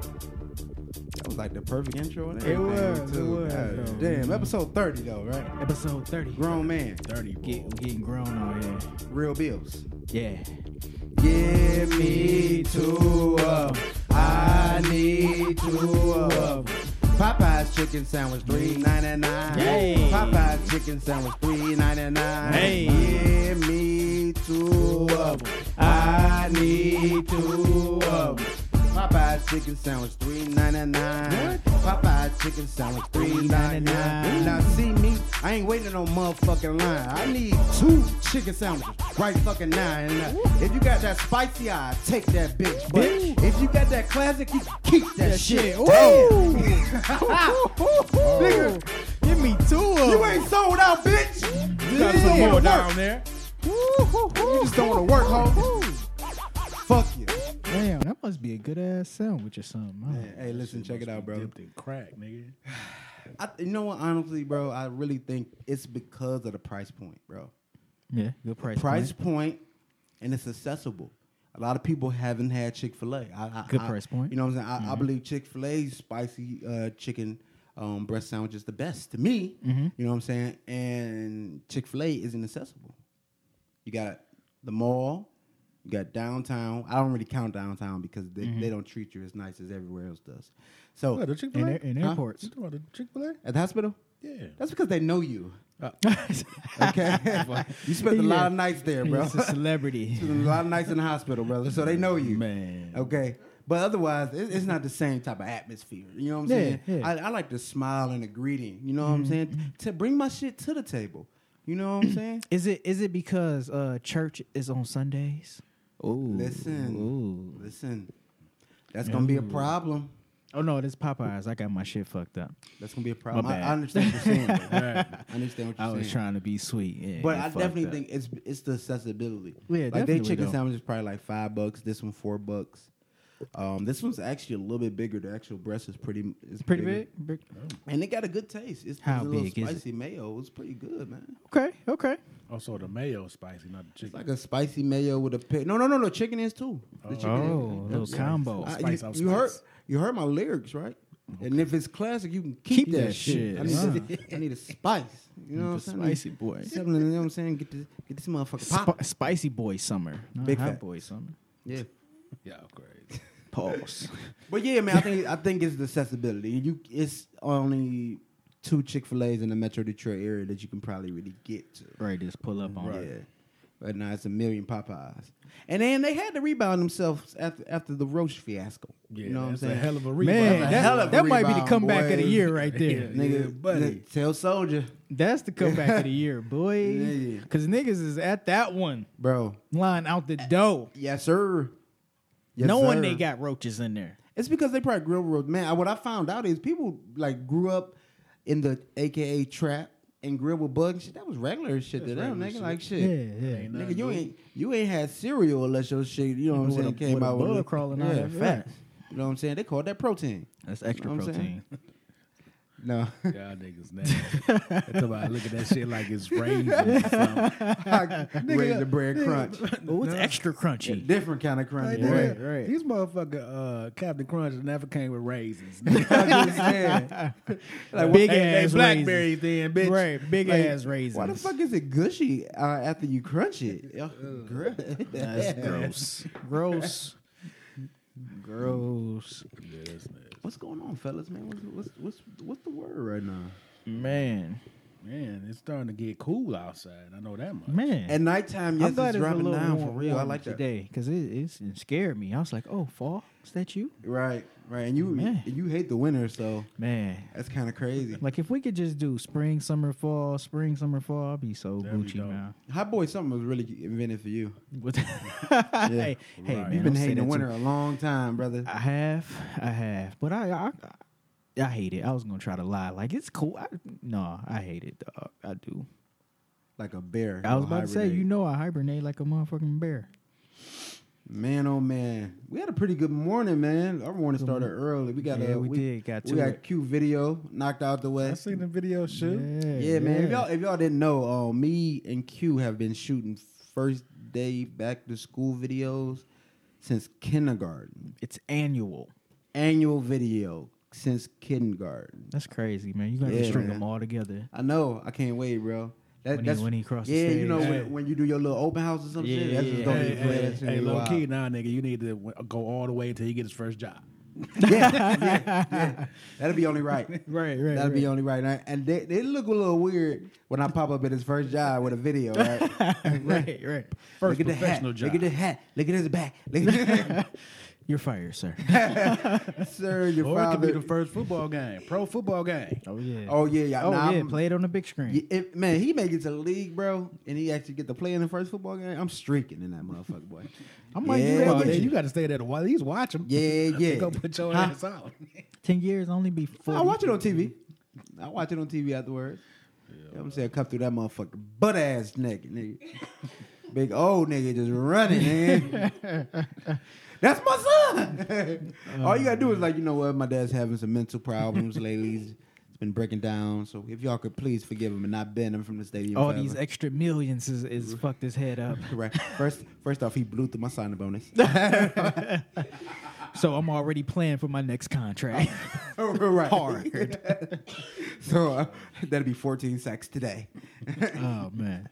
That was like the perfect intro and It everything. was, it too. was, God though. Damn, episode 30 though, right? Episode 30. Grown man, 30, bro. Get, getting grown on here. real bills. Yeah. Give me two of 'em. I need two of 'em. Popeye's chicken sandwich, three ninety nine. Yay. Popeye's chicken sandwich, three ninety nine. Hey. Give me two of 'em. I need two of 'em. Popeye's chicken sandwich, three ninety nine. Popeye's chicken sandwich, three ninety nine. $3.99. Now see me, I ain't waiting on motherfucking line. I need two chicken sandwiches right fucking now. And uh, if you got that spicy, I take that bitch. But Bitch. if you got that classic, you keep that, shit. Ooh. Damn. Nigga, give me two of them. You ain't sold out, bitch. Oh. You Got just don't some more want to down work. there. You just don't want to work, ho. Fuck you. Damn, that must be a good ass sandwich or something. huh? Hey, listen, check it out, bro. Dipped in crack, nigga. I, you know what? Honestly, bro, I really think it's because of the price point, bro. Yeah, good price. price point. point, and it's accessible. A lot of people haven't had Chick Fil A. I, I, Good I- price point. Mm-hmm. You know what I'm saying? I, I believe Chick Fil A's spicy uh, chicken um, breast sandwich is the best to me. Mm-hmm. You know what I'm saying? And Chick Fil A isn't accessible. You got the mall. You got downtown. I don't really count downtown because they, Mm-hmm. they don't treat you as nice as everywhere else does. So What, the Chick Fil A? In air- in Huh? airports. You talking about the Chick Fil A? at the hospital, Yeah. that's because they know you. okay. Okay, you spent a lot of Yeah. nights there, bro. It's a celebrity. There's a lot of nights in the hospital, brother. So they know you. Oh. Man. Okay. But otherwise, it- it's not the same type of atmosphere. You know what I'm Yeah, saying? yeah. Mm-hmm. I, I like the smile and the greeting. You know what I'm saying? To bring my shit to the table. You know what I'm saying? Is it is it because uh, church is on Sundays? Ooh. Listen. Ooh. Listen, that's going to be a problem. Oh no, this Popeyes. I got my shit fucked up. That's going to be a problem. My I, bad. I understand what you're saying. though. Right. I understand what you're I saying. was trying to be sweet. Yeah, But you I fucked definitely up. think it's it's the accessibility. Yeah, like they definitely, chicken though. sandwich is probably like five bucks. This one four bucks. Um, this one's actually a little bit bigger. The actual breast is pretty is pretty bigger. big. big. and it got a good taste. It's How it's a little big is it? spicy mayo. It's pretty good, man. Okay, okay. Also, the mayo is spicy, not the It's chicken. like a spicy mayo with a pig. No, no, no, no. Chicken is too. The chicken Oh, is. little combo. I- Spice, you, I'm you heard spice. you heard my lyrics, right? And if it's classic, you can keep, Keep that, that shit. shit. I, need a, I need a spice. You know what I'm The saying? spicy boy. Something, you know what I'm saying? Get this, get this motherfucker pop. Sp- spicy boy summer. Not Big hot facts. boy summer. yeah. yeah, crazy. Pause. But yeah, man, I think I think it's the accessibility. You, it's only two Chick Fil A's in the Metro Detroit area that you can probably really get to. right, just pull up on Yeah. it. But now it's a million Popeyes, and then they had to rebound themselves after after the Roach fiasco. Yeah, you know what I'm that's saying? a hell of a rebound. Man, That's a that, hell of a that might be the rebound, comeback of the boy. year right there. Yeah, nigga, buddy. nigga, tell Soldier, That's the comeback of the year, boy. Yeah. Because niggas is at that one bro. line out the dough, Yes, sir. Yes, No knowing sir. they got roaches in there. It's because they probably grew up real man. I- What I found out is people like grew up in the AKA trap and grew up with bugs. and Shit, that was regular shit to them, regular nigga. shit. Like shit, Yeah, yeah. Ain't nigga, nothing you new. ain't you ain't had cereal unless your shit. You know what I'm With saying? a- came with a out bug little- crawling yeah, out of it, facts. right. You know what I'm saying? They called that protein. That's extra You know what I'm saying? protein. No, Y'all niggas nasty. That's about look at that shit like it's raisins. or something. raise the bread crunch. Oh, it's extra A crunchy. different kind of crunch. Like, boy. Right, nigga, right. These motherfucker uh, Captain Crunch never came with raisins. I'm just saying. Like, Big why- hey, ass blackberry then, bitch. Right, big Like, ass raisins. Why the fuck is it gushy uh, after you crunch it? Yo, gr- That's gross. gross. Gross. Yeah, that's nasty. What's going on, fellas, man? What's what's what's, what's the word right now? Man. Man, it's starting to get cool outside. I know that much. Man. At nighttime, yes, it's dropping down for real. I like that. today because it, it's, it scared me. I was like, "Oh, fall? Is that you, Right, right. And you Man. you hate the winter, so man?" that's kind of crazy. Like if we could just do spring, summer, fall, spring, summer, fall, I'd be so There we Gucci go. man. Hot boy, something was really invented for you. What- hey, hey, Right. man, You've don't been say hating that the to winter me. a long time, brother. I have, I have, but I, I, I hate it. I was gonna try to lie, like it's cool. I, no, I hate it, dog. I do. Like a bear. I was Oh, about to say, hibernate. you know, I hibernate like a motherfucking bear. man, oh man, we had a pretty good morning, man. Our morning started early. We got Yeah, a we did. Got we to got it. Q video knocked out the way. I seen the video shoot. Yeah, man. If y'all, if y'all didn't know, uh, me and Q have been shooting first day back to school videos since kindergarten. It's annual. annual video since kindergarten. That's crazy, man. You gotta Yeah, string man. them all together. I know. I can't wait, bro. That, When he- when he crossed the yeah, you know stage. when, when you do your little open house or some Yeah, shit. That's just yeah, gonna Hey, be play. hey, That's gonna hey, be low wild. key, nah, nigga, you need to w- go all the way until he get his first job. yeah, yeah, yeah. That'll be only right. Right, right. That'll be only right. And, I- and they, they look a little weird when I pop up at his first job with a video, right? right, right. First look at the hat. professional job. Look at the hat. Look at his back. Look at You're fired, sir. Sir, your Or it could father. be the first football game, pro football game. oh yeah. Oh yeah, yeah. Oh, nah, yeah. I'm- Play it on the big screen. Yeah, if- man, he make it to the league, bro, and he actually get to play in the first football game. I'm streaking in that motherfucker, boy. I'm like, you yeah, gotta Oh, get yeah, then you got to stay there to watch. He's watching. yeah, They yeah. gonna put your Huh? ass out. Ten years only be four. I watch it on TV. Mm-hmm. I watch it on TV afterwards. You know what I'm saying, come through that motherfucker butt ass naked, nigga. Big old nigga just running, man. That's my son. All you gotta do is Oh, like, you know what, my dad's having some mental problems lately. He's he's been breaking down. So if y'all could please forgive him and not ban him from the stadium. All forever. these extra millions is, is fucked his head up. Right. First, first off, he blew through my signing bonus. So I'm already planning for my next contract. right. Hard. so uh, that'd be 14 sacks today. oh man,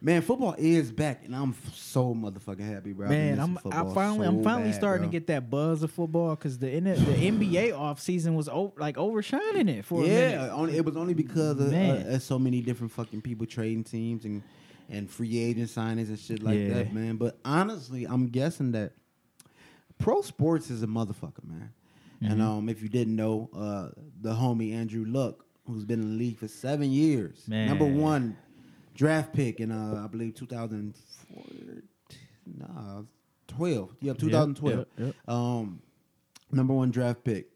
Man, football is back, and I'm f- so motherfucking happy, bro. I've been man, missing I'm I football finally I'm so finally bad, starting bro. to get that buzz of football because the N- the NBA offseason was o- like overshining it for a minute. yeah. Only, it was only because of uh, Man. uh, so many different fucking people trading teams and and free agent signings and shit like Yeah. that, man. But honestly, I'm guessing that pro sports is a motherfucker, man. Mm-hmm. And um, if you didn't know, uh, the homie Andrew Luck, who's been in the league for seven years, number Man. one draft pick in uh, I believe 2014, nah, 12, yeah, 2012. yep, yep. Um, number one draft pick.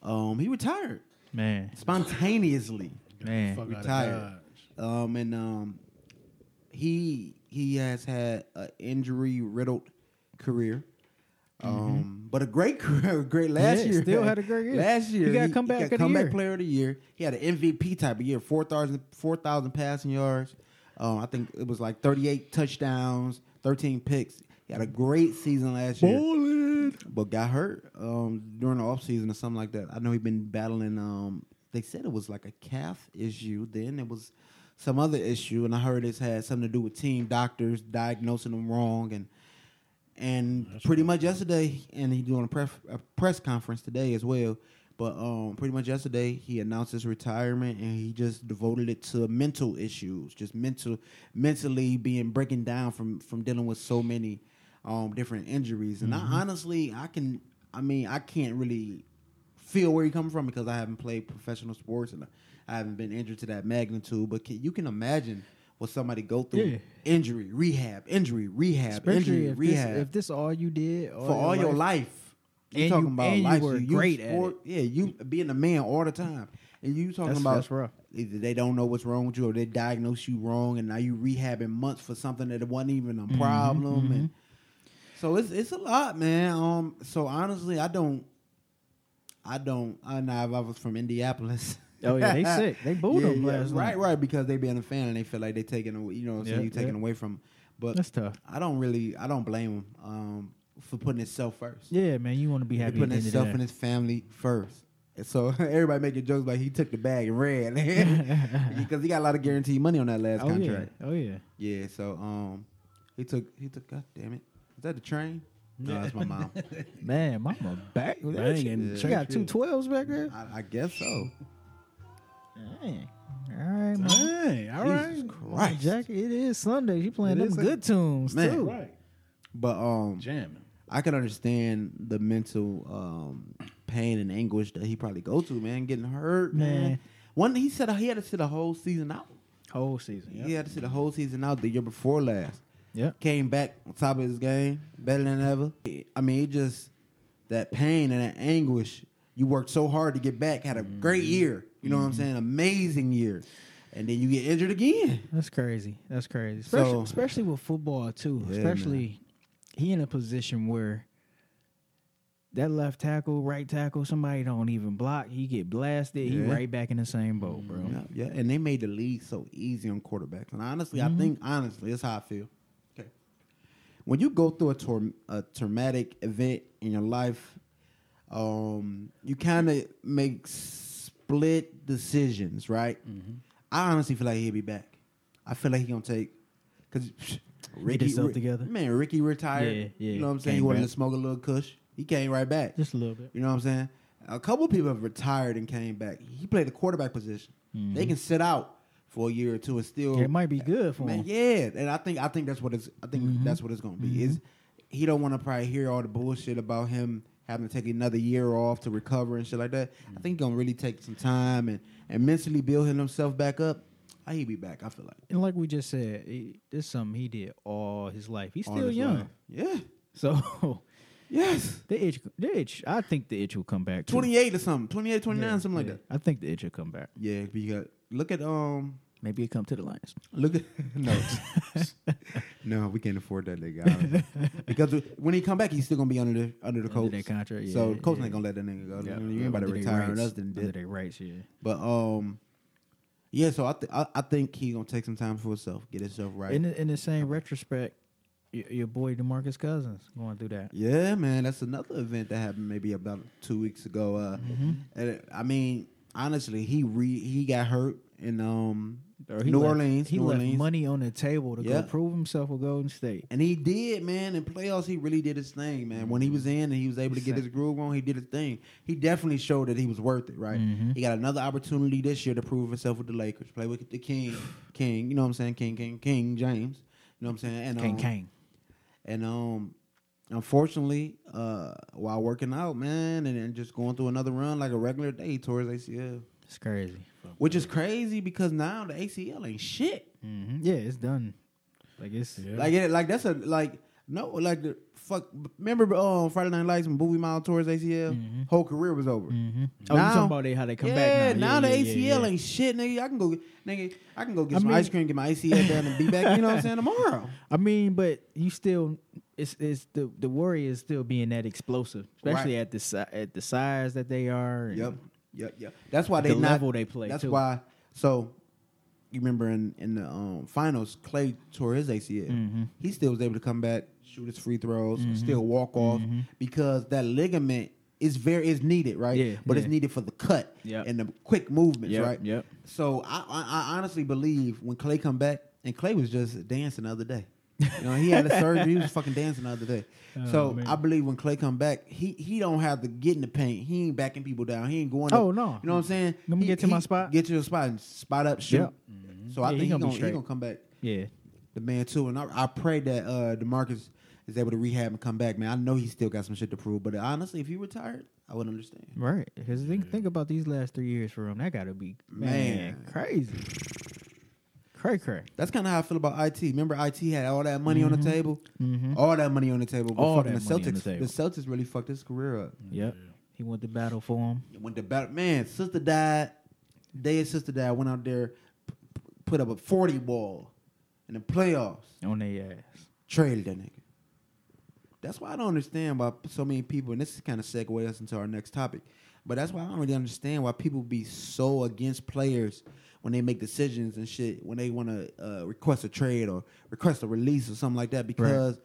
Um, he retired Man, spontaneously. man, Fuck outta Retired. Dodge. Um, and um, he he has had an injury riddled career. Um, but a great career, a great last Yeah, year. Mm-hmm. still had a great year. Last He year, got comeback of the comeback year. player of the year. He had an MVP type of year, 4,000 4,000 passing yards. Um, I think it was like thirty eight touchdowns, thirteen picks. He had a great season last year but got hurt um, during the offseason or something like that. I know he been battling. Um, they said it was like a calf issue. Then it was some other issue, and I heard it's had something to do with team doctors diagnosing him wrong. And and pretty much yesterday, and he doing a press a press conference today as well. But um, pretty much yesterday, he announced his retirement, and he just devoted it to mental issues, just mental, mentally being breaking down from from dealing with so many um, different injuries. And I honestly, I can, I mean, I can't really feel where you're coming from because I haven't played professional sports and I haven't been injured to that magnitude. But can, you can imagine what somebody go through: Yeah. injury, rehab, injury, rehab, injury, especially if this, rehab if this all you did for all your life. You're And talking you- about and you life. were you great at Yeah, you being a man all the time, and you talking That's- about that's rough. either they don't know what's wrong with you, or they diagnose you wrong, and now you rehabbing months for something that wasn't even Mm-hmm, a problem. And so it's it's a lot, man. Um, so honestly, I don't, I don't. I know if I was from Indianapolis. Oh, yeah, they sick. They booed Yeah, them yeah, last right, night. right, because they being a fan and they feel like they taking away, you know, what I'm saying Yeah, you taking yeah. away from. 'em. But That's tough. I don't really, I don't blame him um, for putting himself first. Yeah, man, you want to be He happy. putting Putting himself and his family first. And so everybody making jokes like he took the bag and ran because he got a lot of guaranteed money on that last oh contract. yeah, oh yeah. Yeah. so um, he took he took. God damn it! Is that the train? No, that's my mom. Man, mama back. Bang She, and she got church, two yeah. 12s back there. I, I guess so. Mm-hmm. Dang. All right, man. Hey, all right. Jesus Christ. Jack, it is Sunday. You playing It them is good tunes Man. too. Right. But um, Jamming. I can understand the mental um, pain and anguish that he probably go through, man, getting hurt, man. Man. One, he said he had to sit a whole season out. Whole season. He had to sit a whole season out the year before last. Yep. Came back on top of his game, better than ever. I mean, it just that pain and that anguish. You worked so hard to get back. Had a great year. You know what I'm saying? Amazing year, and then you get injured again. That's crazy. That's crazy. Especially, So- especially with football too. Yeah, especially he in a position where that left tackle, right tackle, somebody don't even block. He get blasted. He Yeah. right back in the same boat, bro. Yeah, yeah, and they made the league so easy on quarterbacks. And honestly, Mm-hmm. I think honestly, that's how I feel. Okay, when you go through a, tor- a traumatic event in your life, Um, you kind of make split decisions, right? Mm-hmm. I honestly feel like he'll be back. I feel like he's gonna take because Ricky this up Ri- together. Man, Ricky retired. Yeah, yeah, You know what I'm saying? He came wanted back. to smoke a little Kush. He came right back. Just a little bit. You know what I'm saying? A couple people have retired and came back. He played the quarterback position. Mm-hmm. They can sit out for a year or two and still It might be good for Man, him. Mm-hmm. yeah, and I think I think that's what it's I think that's what it's gonna be. Is he don't want to probably hear all the bullshit about him having to take another year off to recover and shit like that. I think he gonna really take some time and and mentally build him himself back up. I he be back. I feel like And like we just said, it, this is something he did all his life. He's all still his young. life. Yeah. So Yes. the itch, the itch. I think the itch will come back. too. Twenty eight or something. 28, 29, Yeah, something like yeah. that. I think the itch will come back. Yeah, because look at um Maybe it come to the Lions. Look at no, no, we can't afford that nigga. I don't- because when he come back, he's still gonna be under the under the Under coach that contract, so yeah, the coach yeah. ain't gonna let that nigga go. Yeah, Oh, You ain't about to under they retire on rights- us than under did. their rights, yeah. But um, yeah. So I th- I, I think he gonna take some time for himself, get himself right. In the, in the same retrospect, your, your boy Demarcus Cousins going through that. Yeah, man, that's another event that happened maybe about two weeks ago. Uh, Mm-hmm. and it- I mean, honestly, he re he got hurt in um Or he New left- Orleans. He New left Orleans. money on the table to Yeah. go prove himself with Golden State. And he did, man. In playoffs, he really did his thing, man. When he was in and he was able to get his groove on, he did his thing. He definitely showed that he was worth it, right? He got another opportunity this year to prove himself with the Lakers, play with the King, King. You know what I'm saying? King, King, King James. You know what I'm saying? And Kang um, Kang. And um, unfortunately, uh, while working out, man, and, and just going through another run like a regular day, he tore his ACL, It's crazy. which is crazy because now the ACL ain't shit. hmm Yeah, it's done. Like it's Yeah. Like it, like that's a like no like the fuck. Remember um Friday Night Lights when Bowie Miles tore his ACL? Whole career was over. Mhm. Oh, you Now- talking about they, how they Mm-hmm. come yeah, back now? now the yeah, ACL yeah, yeah. ain't shit, nigga. I can go, nigga. I can go get I some mean- ice cream, get my ACL done, and be back. You know what I'm saying tomorrow. I mean, but you still, it's it's the the worry is still being that explosive, especially Right. at the si- at the size that they are. and- Yep, yep, yep. That's why they The not, level they play, That's too. why. So you remember in in the um, finals, Clay tore his ACL. Mm-hmm. He still was able to come back, shoot his free throws, still walk off Mm-hmm. because that ligament is very is needed, right? Yeah, but it's yeah. needed for the cut Yep. and the quick movements, Yep, right? yep. So I, I I honestly believe when Clay come back, and Clay was just dancing the other day. You know, he had a surgery. He was fucking dancing the other day. so Oh, man. I believe when Clay come back, he he don't have to get in the paint. He ain't backing people down. He ain't going. Oh, up. no. You know what I'm saying? Let me He- get to my he- spot. Get to your spot and spot up. Shoot. Yeah. So I think he's Yeah, he gonna be gonna, he straight. gonna come back, Yeah. the man too. And I, I pray that uh Demarcus is able to rehab and come back, man. I know he still got some shit to prove, but honestly, if he retired, I would understand. Right. Because think think about these last three years for him. That got to be man, Man. crazy. Cray cray. That's kind of how I feel about IT. Remember, IT had all that money on the table, all that money on the table. But Mm-hmm. All fucking that the money on Celtics, the table. Celtics really fucked his career up. Yep. He went to battle for him. When the battle, man, sister died, dead sister died. Went out there, p- p- put up a forty ball in the playoffs. on their ass. Trailed that nigga. That's why I don't understand why so many people, and this is kind of segue us into our next topic, but that's why I don't really understand why people be so against players when they make decisions and shit, when they want to uh, request a trade or request a release or something like that, because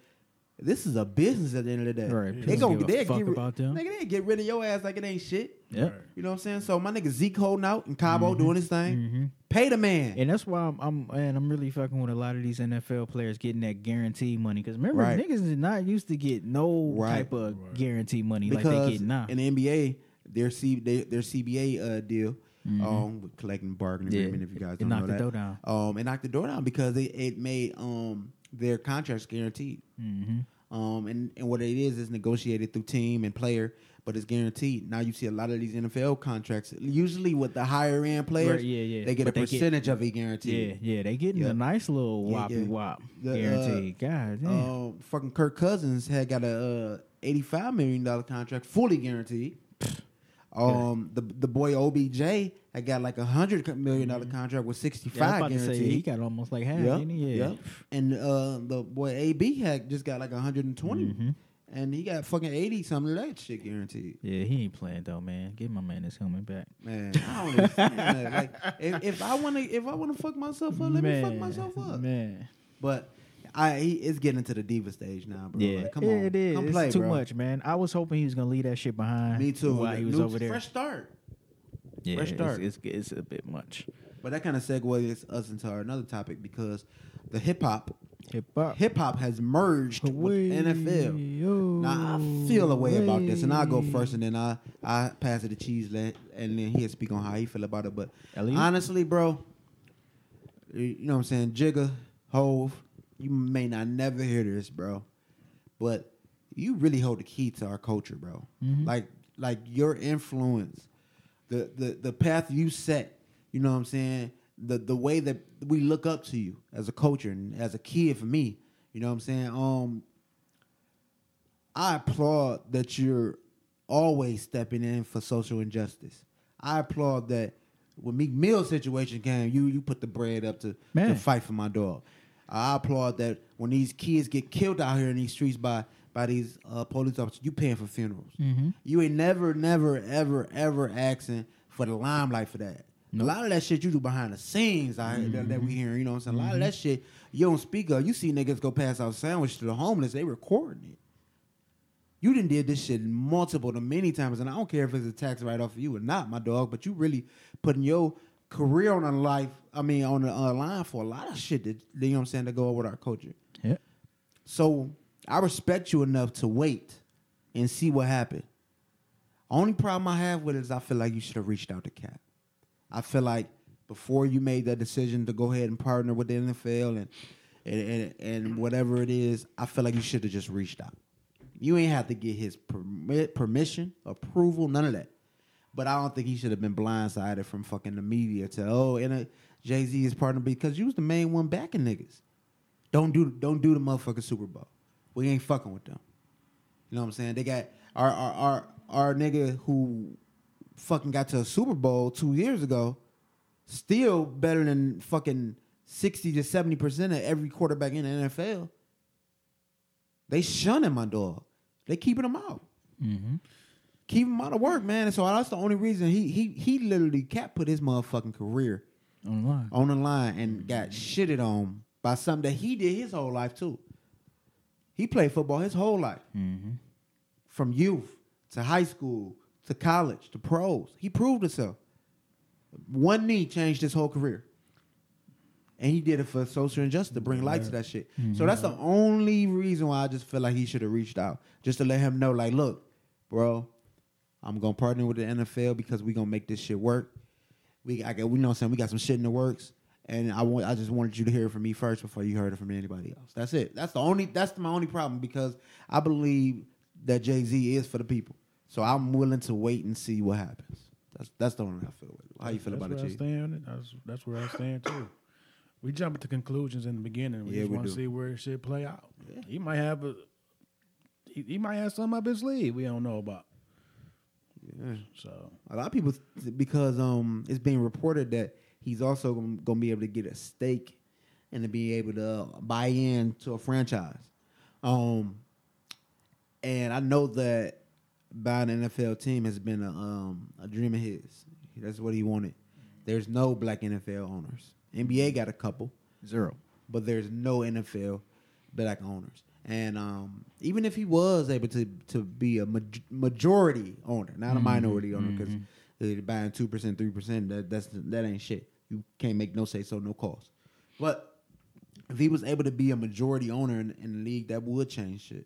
this is a business at the end of the day. Right. They People gonna give a they'll fuck get ri- about them. Nigga, they get rid of your ass like it ain't shit. Yep. Right. You know what I'm saying? So my nigga Zeke holding out and Cabo Mm-hmm. doing his thing. Pay the man. And that's why I'm, I'm and I'm really fucking with a lot of these NFL players getting that guarantee money because remember Right. niggas is not used to get no Right. type of Right. guarantee money because like they get now. in the NBA, their C they, their CBA uh, deal, um, with collecting bargaining Mm-hmm. Yeah. agreement. If you guys It don't knocked know the that, door down. um, it knocked the door down because it, it made um their contracts guaranteed. Mm-hmm. Um, and and what it is is negotiated through team and player, but it's guaranteed. Now you see a lot of these NFL contracts, usually with the higher end players, Right, yeah, yeah. they get But a they get- percentage of it yeah, guaranteed. yeah, they getting Yeah. a nice little Yeah, whoppy yeah. wop The, uh, guarantee. God damn. Um, fucking Kirk Cousins had got a uh, eighty-five million dollar contract, fully guaranteed. Um, the the boy OBJ had got like a hundred million dollar contract with Mm-hmm. Yeah, I was sixty-five about to say he guaranteed. got almost like half. Yep, didn't he? Yeah. yep. And uh, the boy AB had just got like a hundred and Mm-hmm. and he got fucking eighty something of that shit guaranteed. Yeah, he ain't playing though, man. Give my man his helmet back. Man, I don't understand that. Like, if, if I want to, if I want to fuck myself up, let me fuck myself up. Man. But I he is getting into the diva stage now, bro. Yeah, Like, come Yeah, on, it is. Come It's play, too bro. much, man. I was hoping he was gonna leave that shit behind. Me too. While he was New- over there, Fresh start. yeah, fresh it's- start. It's, it's a bit much. But that kind of segues us into our another topic because the hip hop Hip hop. hip hop has merged with NFL. Now I feel a way about this, and I'll go first, and then I I pass it to Cheese, let- and then he'll speak on how he feel about it. But Elliot? honestly, bro, you know what I'm saying? Jigga, Hove, you may not never hear this, bro, but you really hold the key to our culture, bro. Like like your influence, the the the path you set. You know what I'm saying? The the way that we look up to you as a culture and as a kid for me. You know what I'm saying? Um, I applaud that you're always stepping in for social injustice. I applaud that when Meek Mill situation came, you you put the bread up to, to Man. fight for my dog. I applaud that when these kids get killed out here in these streets by by these uh, police officers, you paying for funerals. You ain't never, never, ever, ever asking for the limelight for that. A lot of that shit you do behind the scenes out here that, that we hearing, you know what I'm saying? A lot of that shit you don't speak of. You see niggas go pass out sandwiches to the homeless, they recording it. You didn't did this shit multiple to many times, and I don't care if it's a tax write off for you or not, my dog. But you really putting your career on the life. I mean, on the uh, line for a lot of shit that you know what I'm saying to go with our culture. Yeah. So I respect you enough to wait and see what happened. Only problem I have with it is I feel like you should have reached out to Cap. I feel like before you made that decision to go ahead and partner with the NFL and and and, and whatever it is, I feel like you should have just reached out. You ain't have to get his permit, permission, approval, none of that. But I don't think he should have been blindsided from fucking the media to oh, and Jay Z is partner because you was the main one backing niggas. Don't do don't do the motherfucking Super Bowl. We ain't fucking with them. You know what I'm saying? They got our our our, our nigga who fucking got to a Super Bowl two years ago, still better than fucking sixty to seventy percent of every quarterback in the NFL. They shunning my dog. They keeping him out. Keep him out of work, man. And so that's the only reason he he he literally cat put his motherfucking career Online. on the line and got shitted on by something that he did his whole life too. He played football his whole life, from youth to high school to college to pros. He proved himself. One knee changed his whole career, and he did it for social injustice to bring light to that shit. Mm-hmm. So that's the only reason why I just feel like he should have reached out, just to let him know, like, look, bro, I'm gonna partner with the NFL because we gonna make this shit work. We I got we know what I'm saying we got some shit in the works, and I want I just wanted you to hear it from me first before you heard it from anybody else. That's it. That's the only that's my only problem because I believe that Jay Z is for the people. So I'm willing to wait and see what happens. That's that's the only I feel. With. it. How you feel that's about where it, I Jay? stand. That's, that's where I stand too. We jump to conclusions in the beginning. We Yeah, just we want do. to see where it should play out. He might have a he, he might have something up his sleeve we don't know about. Yeah. So A lot of people because um it's being reported that he's also gonna gonna be able to get a stake and to be able to uh, buy in to a franchise. Um, and I know that buying an NFL team has been a um a dream of his. That's what he wanted. There's no black NFL owners. NBA got a couple Zero. but there's no NFL black owners. And um, even if he was able to to be a maj- majority owner, not Mm-hmm. a minority owner, because they're buying two percent, three percent, that that's that ain't shit. You can't make no say so, no cause. But if he was able to be a majority owner in, in the league, that would change shit.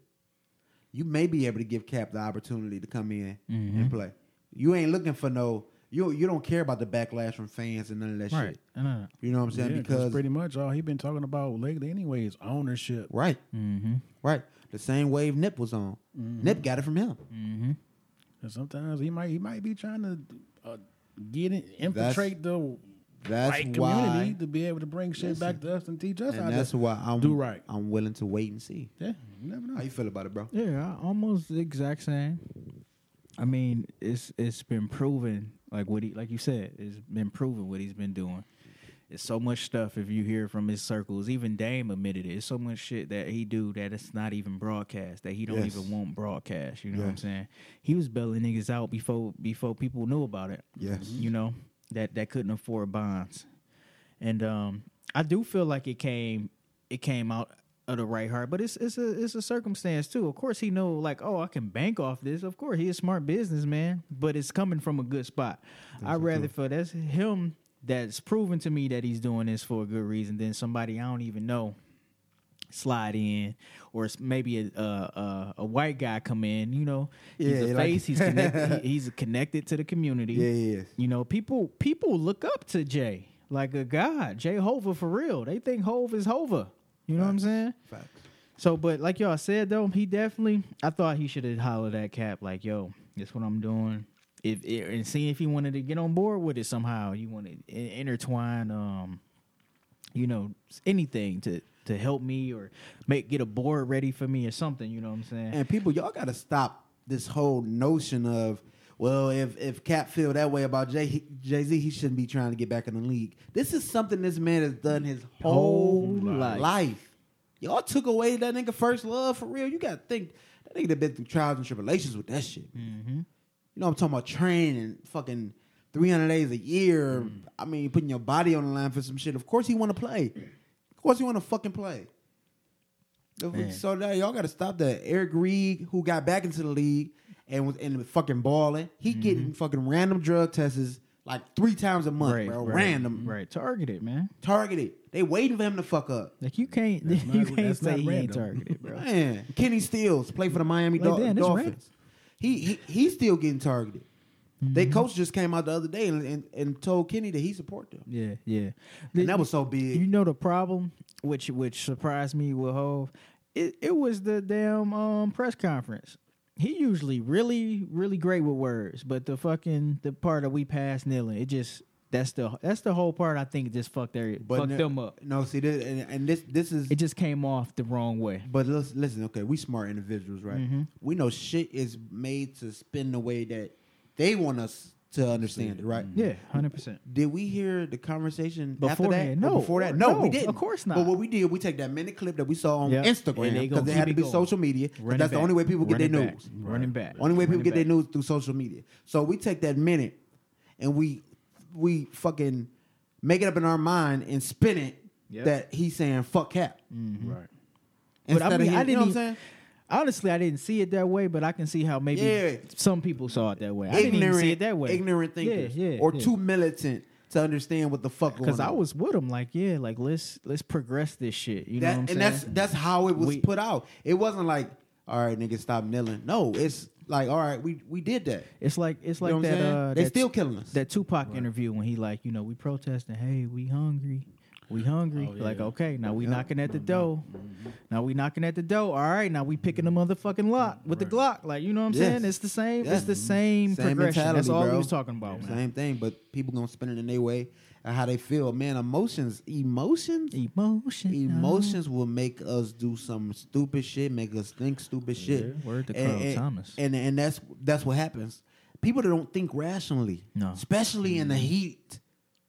You may be able to give Cap the opportunity to come in and Mm-hmm. play. You ain't looking for no. You you don't care about the backlash from fans and none of that Right. Uh-huh. shit. No, no, no. You know what I'm saying? yeah, 'cause because pretty much all he been talking about lately anyway is ownership. right. Mm-hmm. Right. The same wave Nip was on. Nip got it from him. Mm-hmm. And sometimes he might he might be trying to uh, get in, infiltrate the That's white why. community to be able to bring shit back to us and teach us how And that's to why I'm do right. I'm willing to wait and see. Yeah, you never know. How you feel about it, bro? Yeah, almost the exact same. I mean, it's it's been proven like what he like you said, it's been proven what he's been doing. It's so much stuff if you hear from his circles. Even Dame admitted it. It's so much shit that he do that it's not even broadcast, that he don't Yes. even want broadcast. You know what I'm Yes. saying? He was bailing niggas out before before people knew about it. Yes. You know, that that couldn't afford bonds. And um I do feel like it came it came out of the right heart, but it's it's a it's a circumstance too. Of course, he know like, oh, I can bank off this. Of course, he a smart businessman, but it's coming from a good spot. I rather for that's him that's proven to me that he's doing this for a good reason than somebody I don't even know slide in, or s- maybe a a, a, a white guy come in. You know, he's Yeah, a like- face. He's connected. he- he's connected to the community. Yeah, he is. You know, people people look up to Jay like a god. Jay Hova for real. They think Hove is Hova. You know what I'm saying? Facts. So, but like y'all said though, he definitely. I thought he should have hollered at Cap like, "Yo, that's what I'm doing." If it, and seeing if he wanted to get on board with it somehow, you want to intertwine, um, you know, s- anything to to help me or make get a board ready for me or something. You know what I'm saying? And people, y'all got to stop this whole notion of well, if if Cap feel that way about Jay Jay Z, he shouldn't be trying to get back in the league. This is something this man has done his whole, Whole life. life. Y'all took away that nigga first love for real. You got to think that nigga done been through trials and tribulations with that shit. You know, I'm talking about training, fucking 300 days a year. I mean, putting your body on the line for some shit. Of course, he want to play. Of course, he want to fucking play. The- Man. So now y'all got to stop that. Eric Reed, who got back into the league and was in the fucking balling, he Mm-hmm. getting fucking random drug tests like three times a month, bro. Random, right? Targeted, man. targeted. They waiting for him to fuck up. Like you can't That's you not- can't that's not say he ain't random. targeted, bro. Man, Kenny Steals play for the Miami Like, Dol- damn, that's random. Dolphins. He, he he's still getting targeted. They Mm-hmm. coach just came out the other day and, and, and told Kenny that he support them, yeah, yeah. and that was so big. You know the problem, which which surprised me with Hove, it, it was the damn um, press conference. He usually really really great with words, but the fucking the part that we passed kneeling, it just that's the that's the whole part I think just fucked their fucked no- them up. No, see this and, and this this is. It just came off the wrong way. but listen, listen, okay, we smart individuals, right? Mm-hmm. We know shit is made to spin the way that they want us to understand it, right? Mm-hmm. Yeah, hundred percent. Did we hear the conversation after that? Beforehand, Or no. before that, no, No, we didn't. of course not. But what we did, we take that minute clip that we saw on Yep. And Instagram they gonna because it keep had to it be going. social media. 'cause That's the only way people get their news. Running back. Only way people Running get their back. news through social media. So we take that minute and we we fucking make it up in our mind and spin it Yep. that he's saying fuck cap. Right. Mm. But I Instead of mean, him- I you know didn't. e- what I'm even- Honestly, I didn't see it that way, but I can see how maybe Yeah. some people saw it that way. I saying? didn't even Ignorant, see it that way. ignorant Yeah, thinkers, yeah, or yeah. too militant to understand what the fuck going on. Because I was with him, like, yeah, like let's let's progress this shit. You That- know what I'm and saying? that's that's how it was We- put out. It wasn't like, all right, nigga, stop kneeling. No, it's like, all right, we we did that. it's like it's You like know what I'm that. saying? Uh, they that- still killing us. that Tupac interview when he like, you know, we protesting. Hey, we hungry. We hungry. Oh, yeah. Like, okay, now we knocking at the door. Now we knocking at the door. All right, now we picking the motherfucking lock with the Glock. Like, you know what I'm Yes. saying? It's the same. Yeah. It's the same, progression. That's mentality, all we bro. was talking about, man. Same thing, but people gonna spin it in their way and how they feel. Man, emotions, emotions, Emotion. emotions will make us do some stupid shit, make us think stupid shit. Yeah. Word to and, Carl and- Thomas. And and that's that's what happens. People that don't think rationally, No. Mm. especially in the heat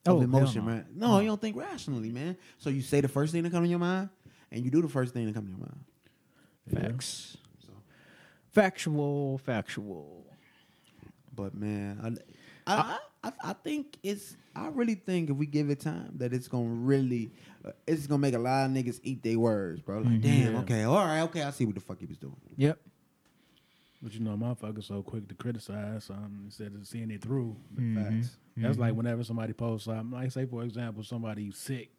of Oh, hell emotion, no. man. No, you don't think rationally, man. So you say the first thing that comes to your mind, and you do the first thing that comes to your mind. Facts. So, Factual. Factual. but man, I, I, I, I think it's. I really think if we give it time, that it's gonna really, uh, it's gonna make a lot of niggas eat their words, bro. Mm-hmm. Like, damn, Yeah. okay, all right, okay, I see what the fuck he was doing. Yep. But you know, motherfuckers so quick to criticize um, instead of seeing it through. The Mm-hmm. Facts. That's like whenever somebody posts something. Like say, for example, somebody sick,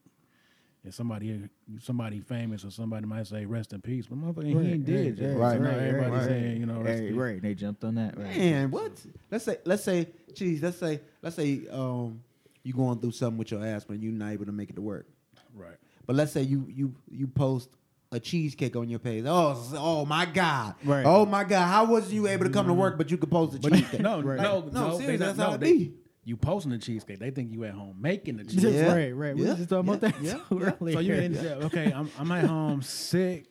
and somebody somebody famous or somebody might say, "Rest in peace," but motherfucker, he ain't dead. yet. right, So now right, everybody's right. saying, you know, rest right, in right. They jumped on that. Right. Man, what? Let's say, let's say, geez, let's say, let's say, um, you going through something with your asthma and you're not able to make it to work. right. But let's say you you you post a cheesecake on your page. Oh, s- oh my God! Right. Oh my God! How was you able to come to work but you could post a Mm-hmm. But cheesecake? no, Right. no, Like, no, no, they serious, not- that's how no, it they- be. You posting the cheesecake, they think you at home making the Just cheesecake. Yeah. Right, right. We Yeah. was just talking about Yeah. that Yeah. too Yeah. earlier. So you end up okay. I'm I'm at home sick,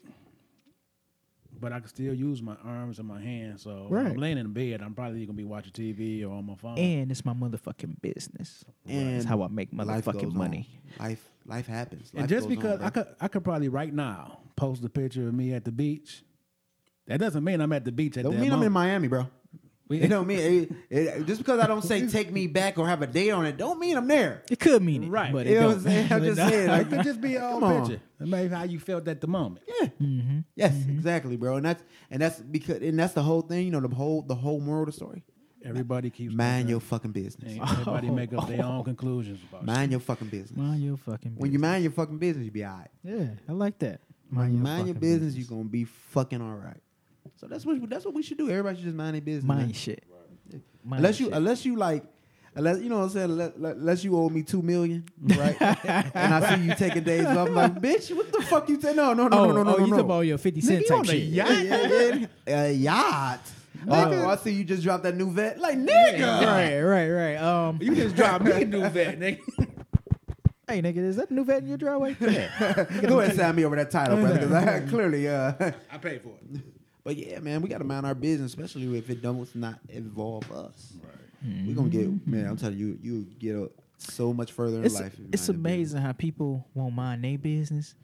but I can still use my arms and my hands. So when Right. I'm laying in bed. I'm probably gonna be watching TV or on my phone. and it's my motherfucking business. That's And how I make Life goes motherfucking on. money. Life life happens. And Life just goes on, because bro. I could I could probably right now post a picture of me at the beach, that doesn't mean I'm at the beach at don't that mean I'm in moment. Miami, bro. We- It don't mean it, it, just because I don't say take me back or have a date on it. Don't mean I'm there. It could mean it, Right. But it You know what I'm saying? don't. I'm But just no. saying, It like, could just be all Come on. picture. It may be how you felt at the moment. Yeah. Mm-hmm. Yes, exactly, bro. And that's and that's because and that's the whole thing. You know, the whole the whole moral of the story. Everybody keeps Mind your their- fucking business. and Everybody make up their own conclusions about Mind your fucking business. Mind your fucking. When you mind your fucking business, you be all right. business. yeah, I like that. Mind, your, mind your fucking business, you're gonna be fucking all right. So that's what that's what we should do. Everybody should just mind their business. man. Mind shit. Mind unless you shit. unless you like unless you know what I'm saying unless, unless you owe me two million, right? and I see you taking days off, I'm like, bitch, what the fuck you take? No, no, no, oh, no, no, oh, no, no. you talking about your fifty cent Nigga, you type on a shit? yacht? nigga? a yacht. Oh, I see you just dropped that new vet. Like, nigga. Right, right, right. Um, You just dropped me a new vet, nigga. hey, nigga, is that the new vet in your driveway? Go ahead and sign me over that title, brother, because I clearly uh I paid for it. But yeah, man, we gotta mind our business, especially if it does not involve us. Right. We're gonna get man, I'm telling you, you get uh, so much further in Mm-hmm. it's life. if you it's mind your business. amazing how people won't mind their business,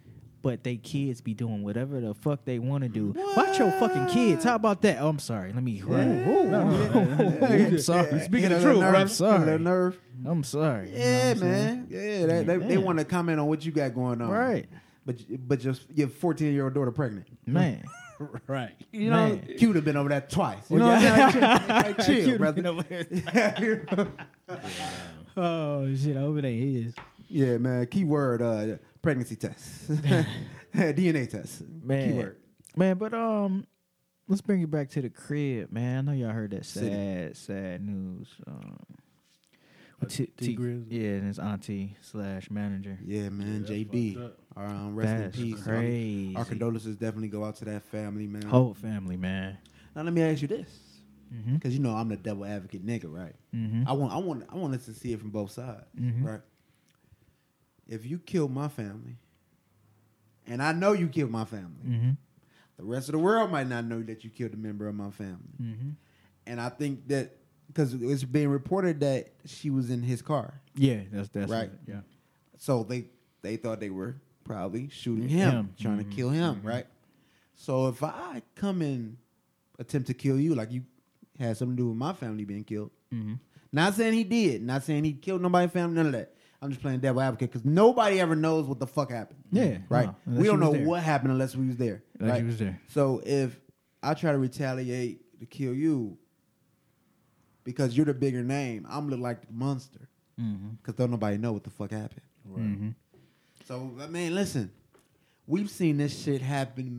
but they kids be doing whatever the fuck they want to do. Watch your fucking kids. How about that? Oh, I'm sorry. Let me. I'm sorry. Hit Speaking a of little nerve, truth, brother. I'm sorry. hit a little nerve. I'm sorry. You know Yeah, what I'm saying? man. Yeah, they, they, they Man. want to comment on what you got going on. Right. But but your your 14 year old daughter pregnant. Man. Right. You know, Man. Q have been over that twice. You know what I'm saying? Like, chill, brother. Oh shit! I hope it ain't his. yeah, man. Keyword uh, pregnancy test, DNA test. Man, Keyword. man, but um, let's bring it back to the crib, man. I know y'all heard that sad, City. sad news. Um, Uh, with T- T. T- Grizzly? yeah, and his auntie slash manager. Yeah, man. Yeah, fucked JD. up. Um, rest That's in peace. crazy. Our condolences definitely go out to that family, man. Whole family, man. Now let me ask you this, Mm-hmm. because you know I'm the devil advocate nigga, right? Mm-hmm. I want I want I want us to see it from both sides, Mhm. right? If you kill my family, and I know you killed my family, Mm-hmm. the rest of the world might not know that you killed a member of my family. Mm-hmm. And I think that because it's being reported that she was in his car, Yeah, that's that's Right. it, Yeah. so they they thought they were probably shooting him, Him. trying Mhm. to kill him, right? So if I come and attempt to kill you, like you had something to do with my family being killed, Mm-hmm. Not saying he did. Not saying he killed nobody's family. None of that. I'm just playing devil advocate because nobody ever knows what the fuck happened. Yeah, Right. no, unless we you don't was know there. what happened unless we was there. Unless right? you was there. So if I try to retaliate to kill you because you're the bigger name, I'm look like the monster Mm-hmm. because don't nobody know what the fuck happened. So I mean, listen, we've seen this shit happen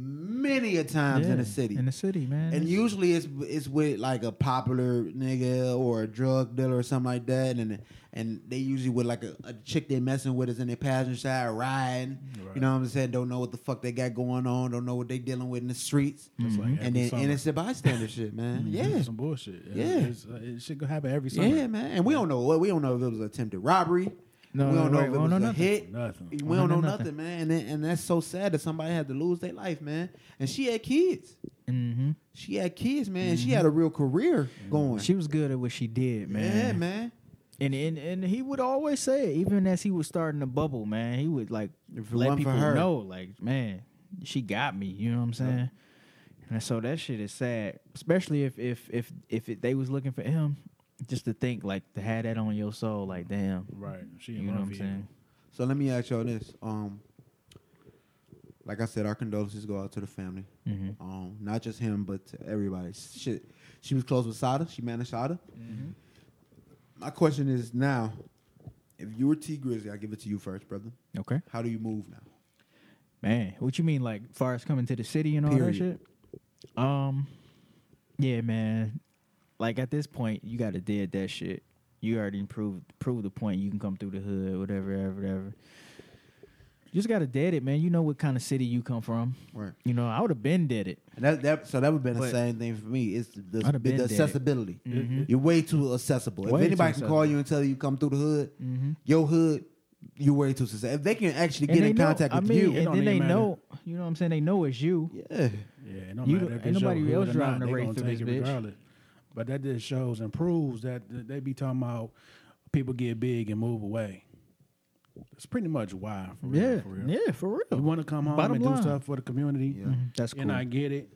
many a times in the city. In the city, man. And It's- usually it's it's with like a popular nigga or a drug dealer or something like that, and and they usually with like a, a chick they messing with is in their passenger side riding. You know what I'm saying? Don't know what the fuck they got going on. Don't know what they dealing with in the streets. It's like And every then summer. innocent bystander shit, man. Yeah, Some bullshit. Yeah. It's, uh, it should go happen every summer. yeah, man. And we don't know what we don't know if it was attempted robbery. No, we no, don't right, know we if it don't was know a nothing. hit. Nothing. We We don't know don't know nothing, man. And then, and that's so sad that somebody had to lose their life, man. And she had kids. Mhm. She had kids, man. and She had a real career going. Mm-hmm. She was good at what she did, man. Yeah, man. And, and and he would always say, it, even as he was starting to bubble, man, he would like If it let wasn't for people her. know, like, man, she got me. You know what I'm saying? And so that shit is sad, especially if if if if it, they was looking for him, just to think like to have that on your soul, like, damn, Right. She you in know what love I'm with saying? you. So let me ask y'all this. Um, like I said, our condolences go out to the family. Mhm. Um, not just him, but to everybody. Shit, she was close with Sada. She managed Sada. Mm-hmm. My question is now, if you were T Grizzly, I give it to you first, brother. Okay, How do you move now? man, what you mean, like, far as coming to the city and all that Period. shit? Um, yeah, man. Like at this point, you got to dead that shit. You already proved proved the point. You can come through the hood, whatever, whatever, whatever. You just got to dead it, man. You know what kind of city you come from. Right. You know, I would have been dead it. And that, that so that would have been But- the same thing for me. It's the, I'd the, have been the dead. accessibility. Mhm. You're way too accessible. Way if too anybody can call accessible. you and tell you come through the hood, Mhm. your hood, you're way too accessible. If they can actually And get they in know- contact I with mean, you, it and don't then even they matter. know. You know what I'm saying? They know it's you. yeah. Yeah, it don't You matter don't- if ain't it's your nobody hood else or driving not, the they rake gonna for take this it bitch. regardless. But that just shows and proves that th- they be talking about people get big and move away. That's pretty much why. For real, Yeah, for real. yeah, for real. Mm-hmm. You want to come home Bottom and line. do stuff for the community, Yeah. Mhm. That's cool. and I get it.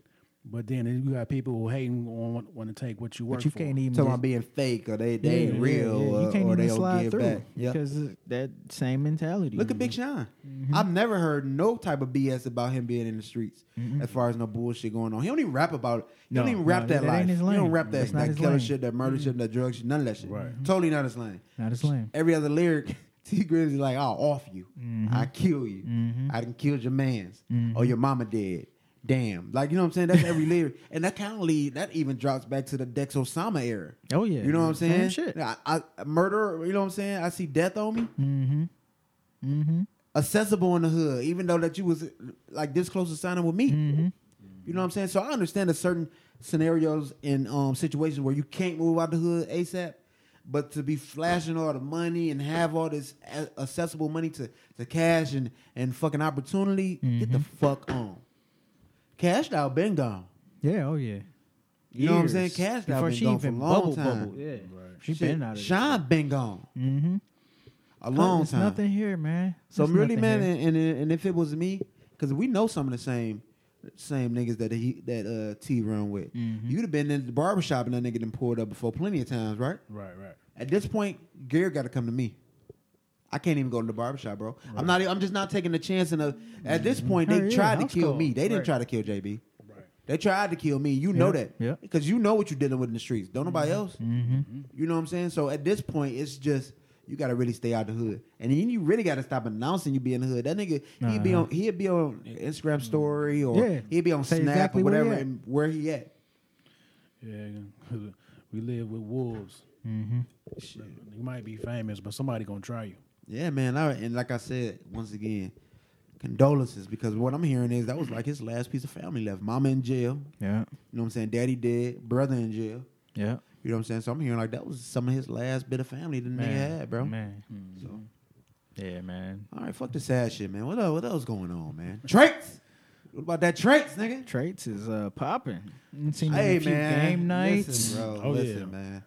But then you got people who hating on want to take what you work But you for. can't even Talking just- about being fake or they they Yeah, ain't yeah, real yeah. or, You can't or they even don't slide give through back. Yep. because that same mentality. Look at Big Sean. Mm-hmm. I've never heard no type of BS about him being in the streets as far as no bullshit going on. He don't even rap about it. He don't No, even rap no, that, that ain't life. his He don't lane. rap that, That's not that his killer lane. shit, that murder shit, that drug shit, none of that shit. Right. Totally not his lane. Not his lane. Every other lyric, T Grizz is like, I'll off you. Mm-hmm. I kill you. I done killed your mans. Or your mama dead. Damn. Like, you know what I'm saying? That's every lyric. And that kind of lead, that even drops back to the Dex Osama era. Oh yeah, You know what I'm Same saying? Shit. I, I, murder, you know what I'm saying? I see death on me. Mm-hmm. Mm-hmm. accessible in the hood, even though that you was like this close to signing with me. Mm-hmm. You know what I'm saying? So I understand that certain scenarios and um, situations where you can't move out the hood ASAP, but to be flashing all the money and have all this a- accessible money to, to cash and, and fucking opportunity, get the Mm-hmm. fuck on. Cashed out, been gone. Yeah. Oh yeah. You know what I'm saying? Years Cash now before been she gone for even a long bubble time. bubble. Yeah. Right. She Shit, been out of Sean been gone Mm-hmm. a long There's time. Nothing here, man. So There's really, man, nothing here. and, and and if it was me, because we know some of the same same niggas that he that uh T run with, Mhm. you'd have been in the barbershop and that nigga done pulled up before plenty of times, right? Right, right. At this point, Gary got to come to me. I can't even go to the barbershop, bro. I'm not. e, I'm just not taking the chance. And at this point, they Hell Mm-hmm. yeah, tried to house kill call. me. They didn't Right. try to kill JB. Right. They tried to kill me. You know that, yeah. Because you know what you're dealing with in the streets. Don't nobody else. Mm-hmm. You know what I'm saying? So at this point, it's just you gotta really stay out the hood, and then you really gotta stop announcing you be in the hood. That nigga, he'd be Nah. on, he'd be on Instagram story or Uh-huh. Yeah. he'd be on Say Snap exactly or where he whatever, at. and where he at. Yeah, 'cause we live with wolves. Mm-hmm. You might be famous, but somebody gonna try you. Yeah, man. I, and like I said, once again, condolences because what I'm hearing is that was like his last piece of family left. Mama in jail. You Yeah. know what I'm saying? Daddy dead. Brother in jail. Yeah. You know what I'm saying? So I'm hearing like that was some of his last bit of family that nigga had, bro. Man. So Yeah, man. all right, fuck the sad shit, man. What else, what else going on, man? Traits. What about that traits, nigga? Traits is uh popping. Seen him Hey a few man, game nights. Listen, bro. Oh, listen, yeah. man.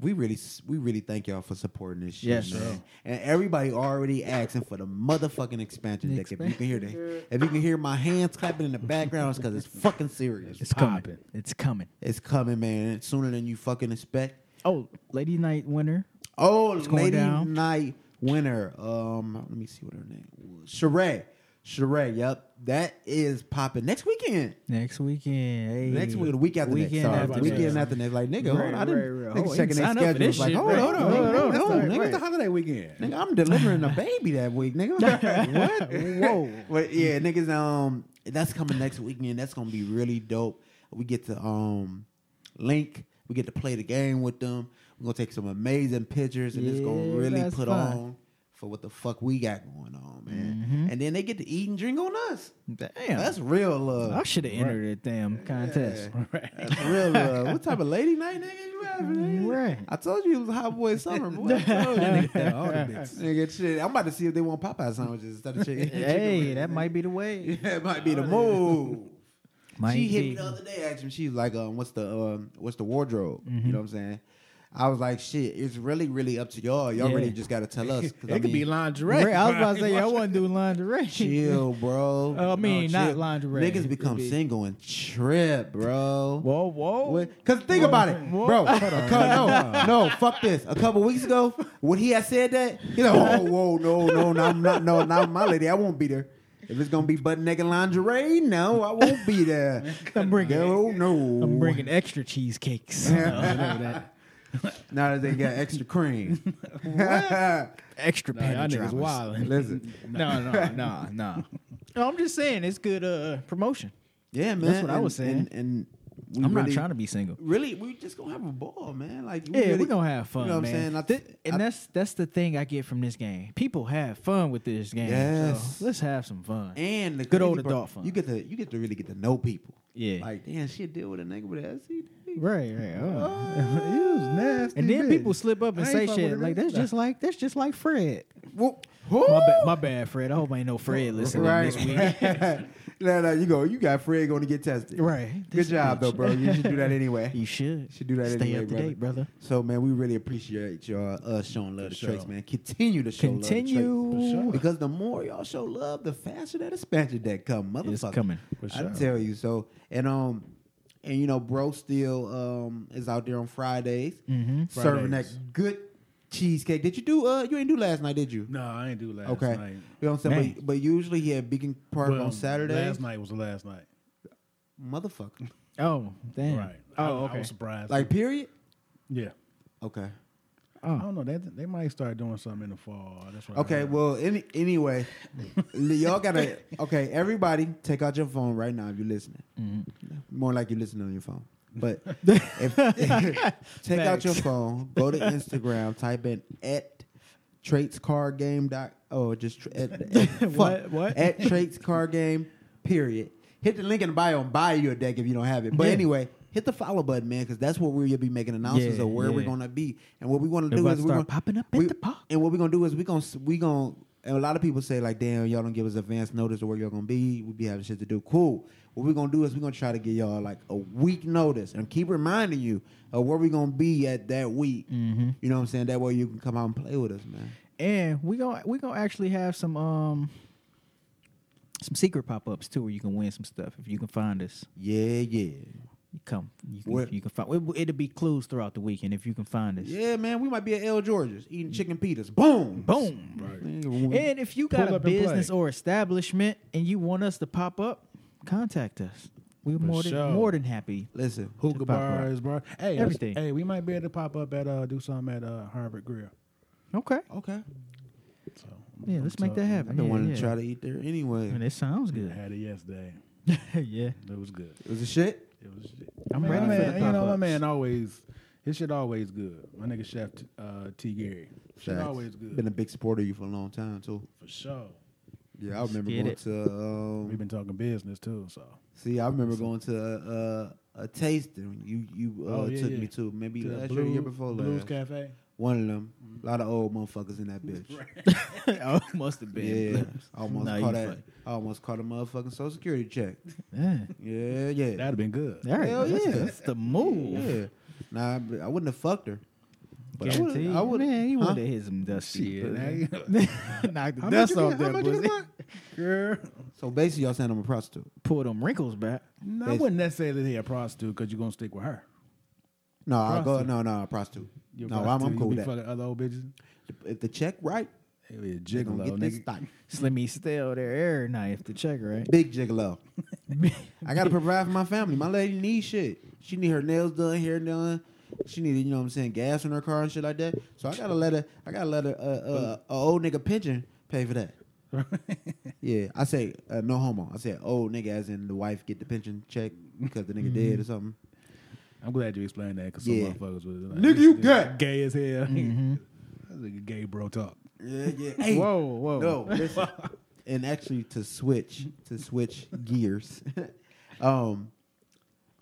We really, we really thank y'all for supporting this shit, Yes, man. sir. And everybody already asking for the motherfucking expansion The deck. If you can hear that, if you can hear my hands clapping in the background, it's because it's fucking serious. It's coming. It's coming. It's coming, man. It's sooner than you fucking expect. Oh, Lady Night winner. Oh, going Lady down. Night winner. Um, let me see what her name was. Sheree. Sheree. Yep, that is popping next weekend. Next weekend. Hey. Next week, the week after Weekend next, sorry, after weekend next. after next. Like nigga, hold on, Right, I didn't. right, right. Niggas Hold on, checking you their sign up for schedules. this Like, shit, hold on, right. hold on, Right, hold on, right, hold on, right, nigga. right. It's the holiday weekend. Nigga, I'm delivering a baby that week, nigga. what? Whoa. But yeah, niggas. Um, that's coming next weekend. That's gonna be really dope. We get to um, link. We get to play the game with them. We're gonna take some amazing pictures, and it's gonna Yeah, really that's put fun. Mm-hmm. on for what the fuck we got going on, man. And then they get to eat and drink on us. Damn. That's real love. I should have entered that damn contest. Right. That's real love. What type of lady night, nigga? You having? nigga? Right. I told you it was a hot boy summer, boy. I told you, nigga. All the bitches. Nigga, shit. I'm about to see if they want Popeye sandwiches instead of chicken. Hey, that might be the way. Yeah, it might be the move. Might she hit be. me the other day, actually. She's like, um, what's the um, what's the wardrobe? Mm-hmm. You know what I'm saying? I was like, shit, it's really, really up to y'all. Y'all Yeah. really just gotta tell us. 'cause It I could be mean, lingerie. Right, I was about to say, I want to do lingerie. Chill, bro. I mean, No, not chill. lingerie. It Niggas could become be- single and trip, bro. Whoa, whoa. Because think about it, bro. a cou- no, no, fuck this. A couple weeks ago, when he had said that, he's like, "Oh, whoa, no, no, no, I'm not, no, not my lady. I won't be there. If it's gonna be butt naked lingerie, no, I won't be there. I'm bringing, No, no. I'm bringing extra cheesecakes. now that they got extra cream. extra Nah, y'all panty niggas droppers. wildin'. Listen, No, no, no, no. no. I'm just saying, it's good uh, promotion. yeah, man. what I and- was saying. And, and we I'm really- not trying to be single. Really, we just gonna have a ball, man. Like, we Yeah, really- we're gonna have fun, You know what man. I'm saying? Th- I, and I- that's that's the thing I get from this game. People have fun with this game. Yes. So let's have some fun. And the Good crazy old part, adult fun. You get to you get to really get to know people. Yeah. Like, damn, she deal with a nigga with an STD. right, right. oh. was nasty. And then people slip up and I ain't say fuck shit with like it. that's just like that's just like Fred. Whoa. My, ba- my bad, Fred. I hope ain't no Fred listening right. this week. no, no, you go. You got Fred going to get tested. right. Good This job bitch. though, bro. You should do that anyway. You should. Should do that Stay anyway, up to brother. date, brother. So man, we really appreciate y'all us showing love to sure. Trace, man. Continue to show love to Trace. Continue. For sure. Because the more y'all show love, the faster that expansion that come, motherfucker. coming. For I sure. tell you. So and um And you know, bro still um, is out there on Fridays, serving that Mm-hmm. Fridays. good cheesecake. Did you do? Uh, you ain't do last night, did you? No, I ain't do last okay, night. you know what I'm saying. Man. But, but usually he had Beacon Park Well, on Saturday. Last night was the last night. Motherfucker, Oh, damn. Right. I, Oh, I okay. was surprised. like period. yeah. Okay. I Oh, don't know. They, they might start doing something in the fall. That's what I Okay, heard. well, any, anyway, y'all gotta. Okay, everybody, take out your phone right now if you're listening. Mm-hmm. More like you're listening on your phone, but if, take out your Facts. phone, go to Instagram, type in at traitscardgame dot. Oh, just tr- at, at, fuck, What? What? at traitscardgame. Period. Hit the link in the bio and buy you a deck if you don't have it. But Yeah. anyway, hit the follow button, man, because that's where we'll be making announcements Yeah, of where we're yeah. gonna be and what we want to They do about is to we're start gonna popping up at we- the park. and what we're gonna do is we're gonna we gonna and a lot of people say like, damn, y'all don't give us advance notice of where y'all gonna be. We be having shit to do. Cool. What we're gonna do is we're gonna try to give y'all like a week notice and keep reminding you of where we're gonna be at that week. Mm-hmm. You know what I'm saying? That way you can come out and play with us, man. and we gonna we gonna actually have some um some secret pop ups too, where you can win some stuff if you can find us. Yeah, yeah. You come, you can, What- you can find. It, it'll be clues throughout the weekend if you can find us. Yeah, man, we might be at L. George's eating chicken pitas. Boom. Boom. And if you got Pull a up and business play. or establishment and you want us to pop up, contact us. We're more than sure. more than happy. Listen, hookah Just pop up. bars, bar. Hey, that's- Everything. Hey, we might be able to pop up at uh do something at uh Harvard Grill. Okay. okay. So Yeah, let's make that happen. I've been yeah, wanting yeah. to try to eat there anyway. And it sounds I good. had it yesterday. yeah. It was good. It was a shit. It was. I'm man, ready my for man, the You know, my pop-ups. man always. His shit always good. My nigga Chef uh, T Gary. Shit Facts. always good. Been a big supporter of you for a Mm-hmm. long time too. for sure. Yeah, I remember get going it. to. Um, We've been talking business too. So see, I remember going to uh, a, a, a tasting. You you uh, Oh, yeah, took yeah. me to maybe To the last year, the year Blue- before Blues Mm-hmm. last. Cafe. One of them. A lot of old motherfuckers in that bitch. oh, must have been. Yeah, I almost Nah, caught you that. fuck. I almost caught a motherfucking social security check. Yeah. Yeah, yeah, That'd have been good. All right. Hell that's, yeah. that's the move. yeah. Nah, I, be- I wouldn't have fucked her. But I Guaranteed. would've- I would. man, he huh? would have hit some dusty. Shit, Knocked now the How dust much you off get- how that much you pussy. get back? Girl. So basically, y'all saying I'm a prostitute? Pull them wrinkles back. No, I Basi- wouldn't necessarily say a prostitute because you're gonna stick with her. No, I go. Prostitute. No, no, prostitute. You're a no, I'm, I'm prostitute, cool you with be that. Fucking other old bitches. If the check right, They be a they gonna gigolo, get this nigga. thing. Slimmy still there air knife to check, right? Big gigolo. I gotta provide for my family. My lady needs shit. She need her nails done, hair done. She need, you know what I'm saying, gas in her car and shit like that. So I gotta let her. I gotta let her. Uh, uh, a old nigga pension pay for that. yeah, I say uh, no homo. I say old nigga as in the wife get the pension check because the nigga dead Mm-hmm. or something. I'm glad you explained that because Yeah. some motherfuckers was like, Nigga, this you Mm-hmm. nigga gay. gay as hell. That's like gay bro talk. Yeah, yeah. Hey, Whoa, whoa. No, listen. and actually, to switch to switch gears, um,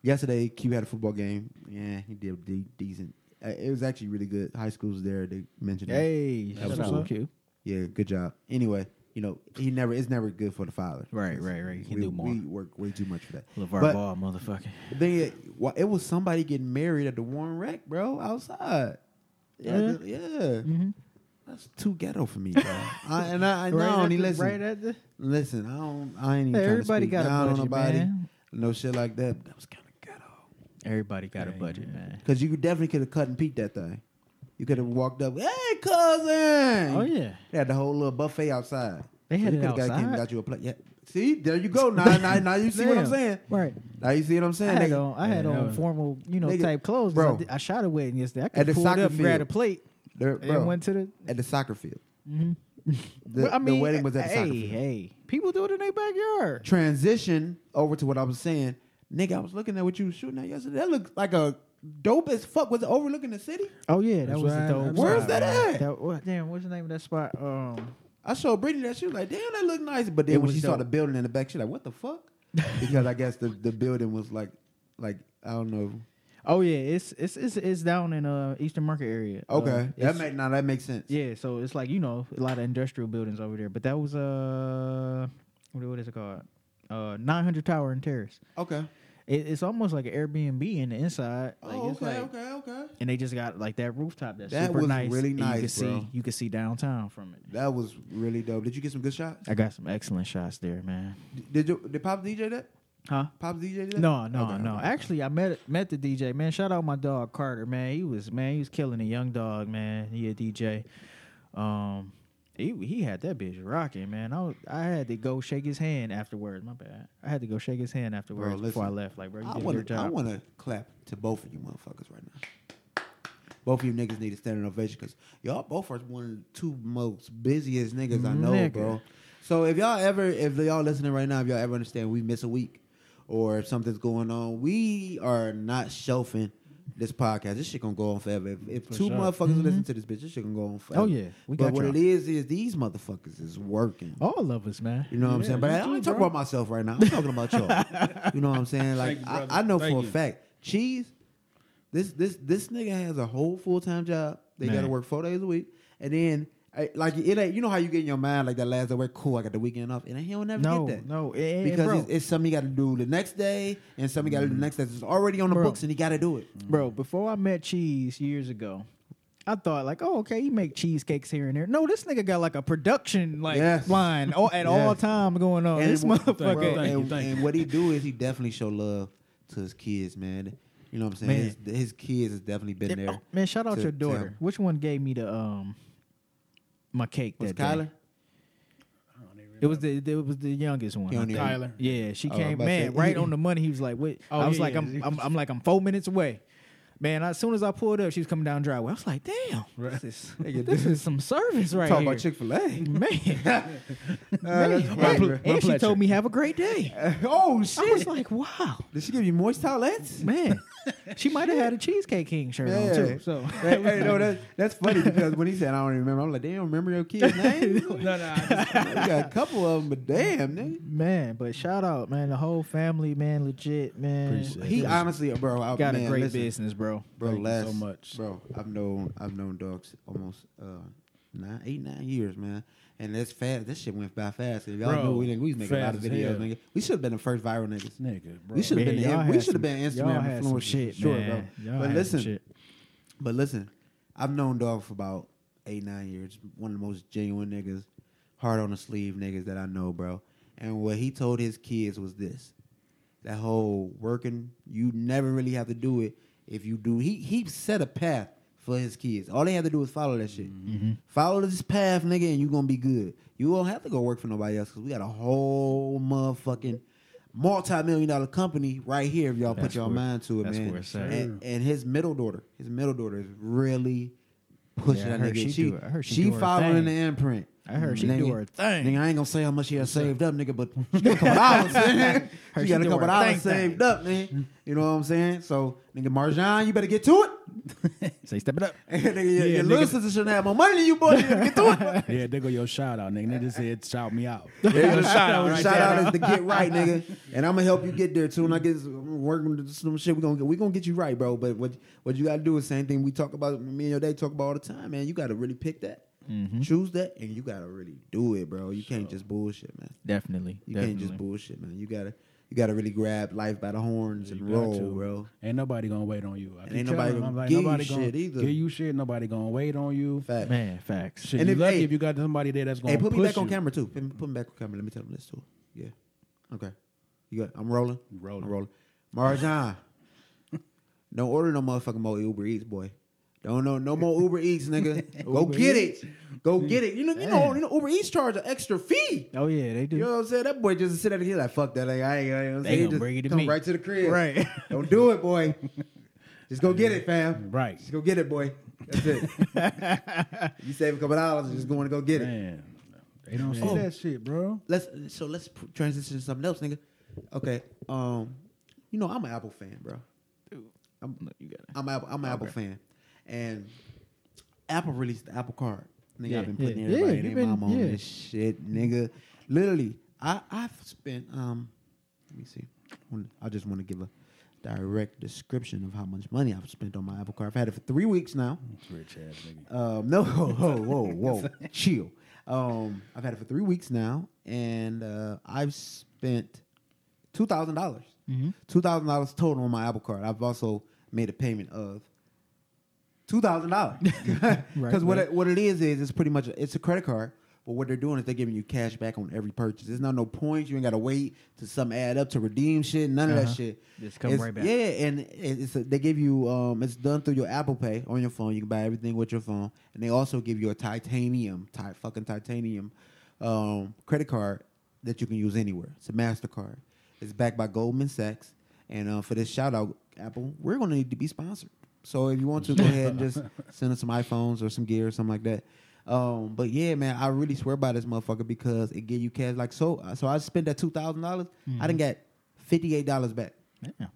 yesterday Q had a football game. Yeah, he did de- decent. Uh, it was actually really good. High school's there. They mentioned it. Hey, That was shout out what's up. Q. Yeah, good job. Anyway, you know he never. It's never good for the father. Right, right, right. You can we, do more. We work way too much for that. LeVar but Ball, motherfucker. Then it, wa- it was somebody getting married at the Warren Rec, bro, outside. Yeah, Yeah. yeah. That's too ghetto for me, bro. I, and I, I, Mm-hmm. right no, at and he the, listen. Right at the. Listen, I don't. I ain't even. Hey, trying everybody to speak got a down on budget, nobody. man. No shit like that. That was kind of ghetto. Everybody got a budget, man. Cause you definitely could have cut and peeked that thing. You could have walked up. Hey, cousin. Oh yeah. They had the whole little buffet outside. They had you it coulda got- came and outside? Got you a plate. Yeah. See, there you go. Now, now, now you see what I'm Damn. saying. Right. Now you see what I'm I saying. had They- on, I had Yeah, that on was- formal, you know, Nigga, type clothes. bro. I, did- I shot a wedding yesterday. I At could the pull it soccer up and grab a field. plate they're- bro, and went to the. at the soccer field. Mhm. The, But, I mean, the wedding was at the hey, soccer field. hey, people do it in their backyard. Transition over to what I was saying. Nigga, I was looking at what you was shooting at yesterday. That looked like a dope as fuck. Was it overlooking the city? Oh yeah, that That's was right, the dope. that's Where's spot, that man. at? That, what, damn, what's the name of that spot? Um, I showed Brittany that she was like, "Damn, that look nice." But then It when was she saw dope. the building in the back, she like, "What the fuck?" because I guess the, the building was like, like I don't know. oh yeah, it's it's it's, it's down in uh Eastern Market area. Uh, Okay, that it's- make now that makes sense. yeah. So it's like you know a lot of industrial buildings over there, but that was uh what, what is it called? Uh, 900 Tower and Terrace. Okay. It, it's almost like an Airbnb in the inside. Like, oh, it's okay, like, okay, okay. And they just got like that rooftop that's That super was nice. really and You nice, could bro. see you could see downtown from it. That was really dope. Did you get some good shots? I got some excellent shots there, man. Did you, did Pop DJ that? Huh? Pop DJ today? No, no, Okay, no. okay. Actually, I met met the DJ man. Shout out my dog Carter man. He was man. He was killing a young dog man. He a DJ. Um, he he had that bitch rocking man. I was, I had to go shake his hand afterwards. My bad. I had to go shake his hand afterwards before I listen. left. Like bro, you I did your want to. job. I want to clap to both of you motherfuckers right now. Both of you niggas need a standing ovation because y'all both are one of the two most busiest niggas I know, Nigga. bro. So if y'all ever, if y'all listening right now, if y'all ever understand we miss a week or if something's going on, we are not shelving this podcast. This shit gonna go on forever. If, if For two sure. motherfuckers listen to this bitch, this shit gonna go on forever. Mm-hmm. Oh, yeah. We but got what y'all. it is is these motherfuckers is working. all of us man. You know what I'm Yeah, saying? But you I ain't too, talking bro. about myself right now. I'm talking about y'all. you know what I'm saying? Like Thank you, brother. I, I know Thank for you. a fact, cheese. This this this nigga has a whole full time job. They got to Man. work four days a week, and then I- like it ain't. You know how you get in your mind like that last day work. Cool, I got the weekend off, and he'll never No, get that. no, and- and because bro- it's, it's something you got to do the next day, and something you got to do Mm-hmm. the next day. It's already on the Bro. books, and you got to do it. Bro, before I met Cheese years ago, I thought like, oh, okay, he make cheesecakes here and there. No, this nigga got like a production like Yes. line all, at all Yes. time going on. this what- motherfucker. bro, Oh, Thank you, and- thank you. and what he do is he definitely show love to his kids, man. You know what I'm saying? Man. His, his kids has definitely been Yeah, there. oh, Man, shout out to- your to daughter. him. Which one gave me the um my cake Was that day? Kyler? I don't even It was the it was the youngest one. He I don't think. even- Tyler. Yeah, she Oh, I'm came about to man say- right on the money. He was like, "Wait," Oh, I was yeah, like, yeah. I'm, "I'm I'm like I'm four minutes away." Man, as soon as I pulled up, she was coming down the driveway. I was like, "Damn, Right. this is this is some service right Talk here." about Chick Fil A. man, that's man. my And- ple- and she told me, "Have a great day." oh I was like, "Wow, Did she give you moist towelettes? man." She might have had a cheesecake king shirt Yeah. on too. So hey, hey, no, that, that's funny because when he said I don't remember, I'm like, damn, remember your kid's name? you No, no, I just, got a couple of them, but damn, nigga. Man, Mm. but shout out, man, the whole family, man, legit, man. Appreciate He honestly, bro, I, got man, a great listen, business, bro. bro. Thank you last so much. bro. I've known I've known dogs almost uh, nine, eight, nine years, man. And that's fast. That shit went by fast. If y'all Bro, know we nigga, we was making a lot of fast as videos, hell. nigga. We should have been the first viral niggas. nigga, bro. We should have been. The, we y'all had should have some- been y'all Instagram had some influencers, shit, sure, man. bro. but Y'all had some listen, shit. but listen, I've known Dog for about eight, nine years. One of the most genuine niggas, hard on the sleeve niggas that I know, bro. And what he told his kids was this: that whole working, you never really have to do it if you do. He he set a path for his kids. All they have to do is follow that shit. Mm-hmm. Follow this path, nigga, and you gonna be good. You won't have to go work for nobody else because we got a whole motherfucking multi-million dollar company right here if y'all put That's your where- mind to it, that's man. where it's at. and, and his middle daughter, his middle daughter is really pushing Yeah, I that heard nigga. She, she she, do- I heard she do her following thing. the imprint. I heard she nigga, do her thing. Nigga, I ain't gonna say how much she has saved up, nigga, but she got a couple dollars. man. Heard she she got a do couple her dollars thing saved up, man. You know what I'm saying? So, nigga, Marjan, you better get to it. Say, step it up. nigga, your, Yeah, your little nigga. sister shouldn't have more money than you, boy. You better get to it. yeah, there go your shout out, nigga. They just said shout me out. There you go. shout out, right shout there. out is to get right, nigga. And I'm gonna help you get there too. And I guess I'm working with some shit. We gonna get, we gonna get you right, bro. But what what you gotta do is same thing we talk about. Me and your day talk about all the time, man. You gotta really pick that, Mm-hmm. choose that, and you gotta really do it, bro. You can't just bullshit, man. Definitely. You definitely. can't just bullshit, man. You gotta you gotta really grab life by the horns and You got roll, to. bro. Ain't nobody gonna wait on you. I keep ain't nobody telling them, I'm gonna give you nobody gonna shit either. Give you shit. Nobody gonna wait on you. Fact. Man, facts. Shit, And you if- lucky hey. if you got somebody there that's gonna Hey, put push me back on you. camera too. Put me, put me back on camera. Let me tell them this too. Yeah. Okay. You good? I'm rolling. You rolling. I'm rolling. Marjan, don't order no motherfucking more Uber Eats, boy. Don't know no more Uber Eats, nigga. Go Uber get it. Go get it. You know, you know, Damn. you know, Uber Eats charge an extra fee. Oh yeah, they do. You know what I'm saying? That boy just sit out here like fuck that. Like I ain't. I ain't They gonna just bring it to come me. right to the crib. Right. Don't do it, boy. Just go get it, fam. Right. Just go get it, boy. That's it. you save a couple dollars and just going to go get it. Man, they don't see Oh. that shit, bro. let's so let's pr- transition to something else, nigga. Okay, um, you know I'm an Apple fan, bro. No, you got it. I'm a Apple, I'm an Apple fan, and Apple released the Apple Card. Nigga, Yeah, I've been putting yeah, everybody yeah, and you their mom been- on yeah. this shit, nigga. Literally, I I've spent um, let me see, Wanna- I just want to give a direct description of how much money I've spent on my Apple Card. I've had it for three weeks now. Rich ass nigga. Um, no, whoa, whoa, whoa, chill. Um, I've had it for three weeks now, and uh, I've spent two thousand dollars, Mm-hmm. two thousand dollars total on my Apple Card. I've also made a payment of two thousand dollars because what right. it, what it is is it's pretty much a, it's a credit card, But what they're doing is they're giving you cash back on every purchase. There's not no points. You ain't got to wait to some add up to redeem shit. None of that Uh-huh. shit. Just come It's- right back. Yeah, and it- it's a, they give you. Um, it's done through your Apple Pay on your phone. You can buy everything with your phone, and they also give you a titanium, ti- fucking titanium, um, credit card that you can use anywhere. It's a Mastercard. It's backed by Goldman Sachs. And uh, for this shout out, Apple, we're gonna need to be sponsored. So if you want to, go ahead and just send us some iPhones or some gear or something like that. Um, but yeah, man, I really swear by this motherfucker because it give you cash. Like so, so I spent that two thousand dollars. I Mm-hmm. didn't get fifty eight dollars back. Yeah.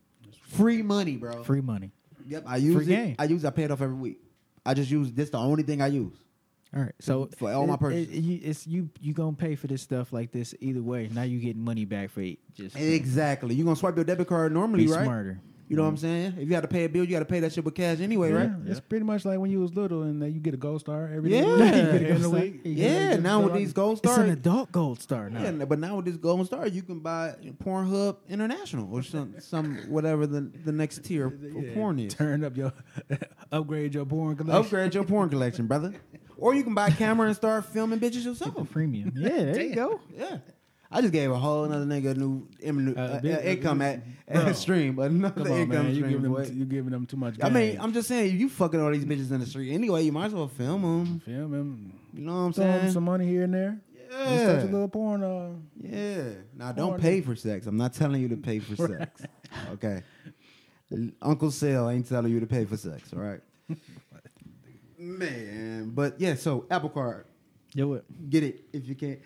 Free money, bro. Free money. Yep, I use free it. game. I use. it, I pay it off every week. I just use this. The only thing I use. All right, so For all my it- purchases. it- you, it's you you gonna pay for this stuff like this either way. Now you getting money back for it. Just Exactly. You gonna swipe your debit card normally, be right? smarter. You know what I'm saying? If you had to pay a bill, you got to pay that shit with cash anyway, right? Mm-hmm. Yeah, It's pretty much like when you was little and uh, you get a gold star every Yeah. day. Yeah. you get a gold star. Yeah. Yeah. now with these gold It's an stars, adult gold star now. yeah, but now with this gold star, you can buy Pornhub International or some some whatever the the next tier of Yeah, porn is. Turn up your upgrade your porn collection. Upgrade your porn collection, brother. Or you can buy a camera and start filming bitches Oh, yourself. premium. Yeah, there you go. Yeah. I just gave a whole another nigga a new, em- Uh, uh, bitch, uh, income at, bro. at stream, another Come on, income man. You stream. giving them boy. you giving them too much. I mean, gas. I'm just saying, you fucking all these bitches in the street anyway. You might as well film them. Feel me? You know what I'm Throw them saying? some money here and there. Just touch a yeah. little porn. Uh, Yeah. Now don't Porn. pay for sex. I'm not telling you to pay for sex. Okay. L- Uncle Sale ain't telling you to pay for sex, all right? Man, but yeah, so Apple Card. Do it. Get it if you can't.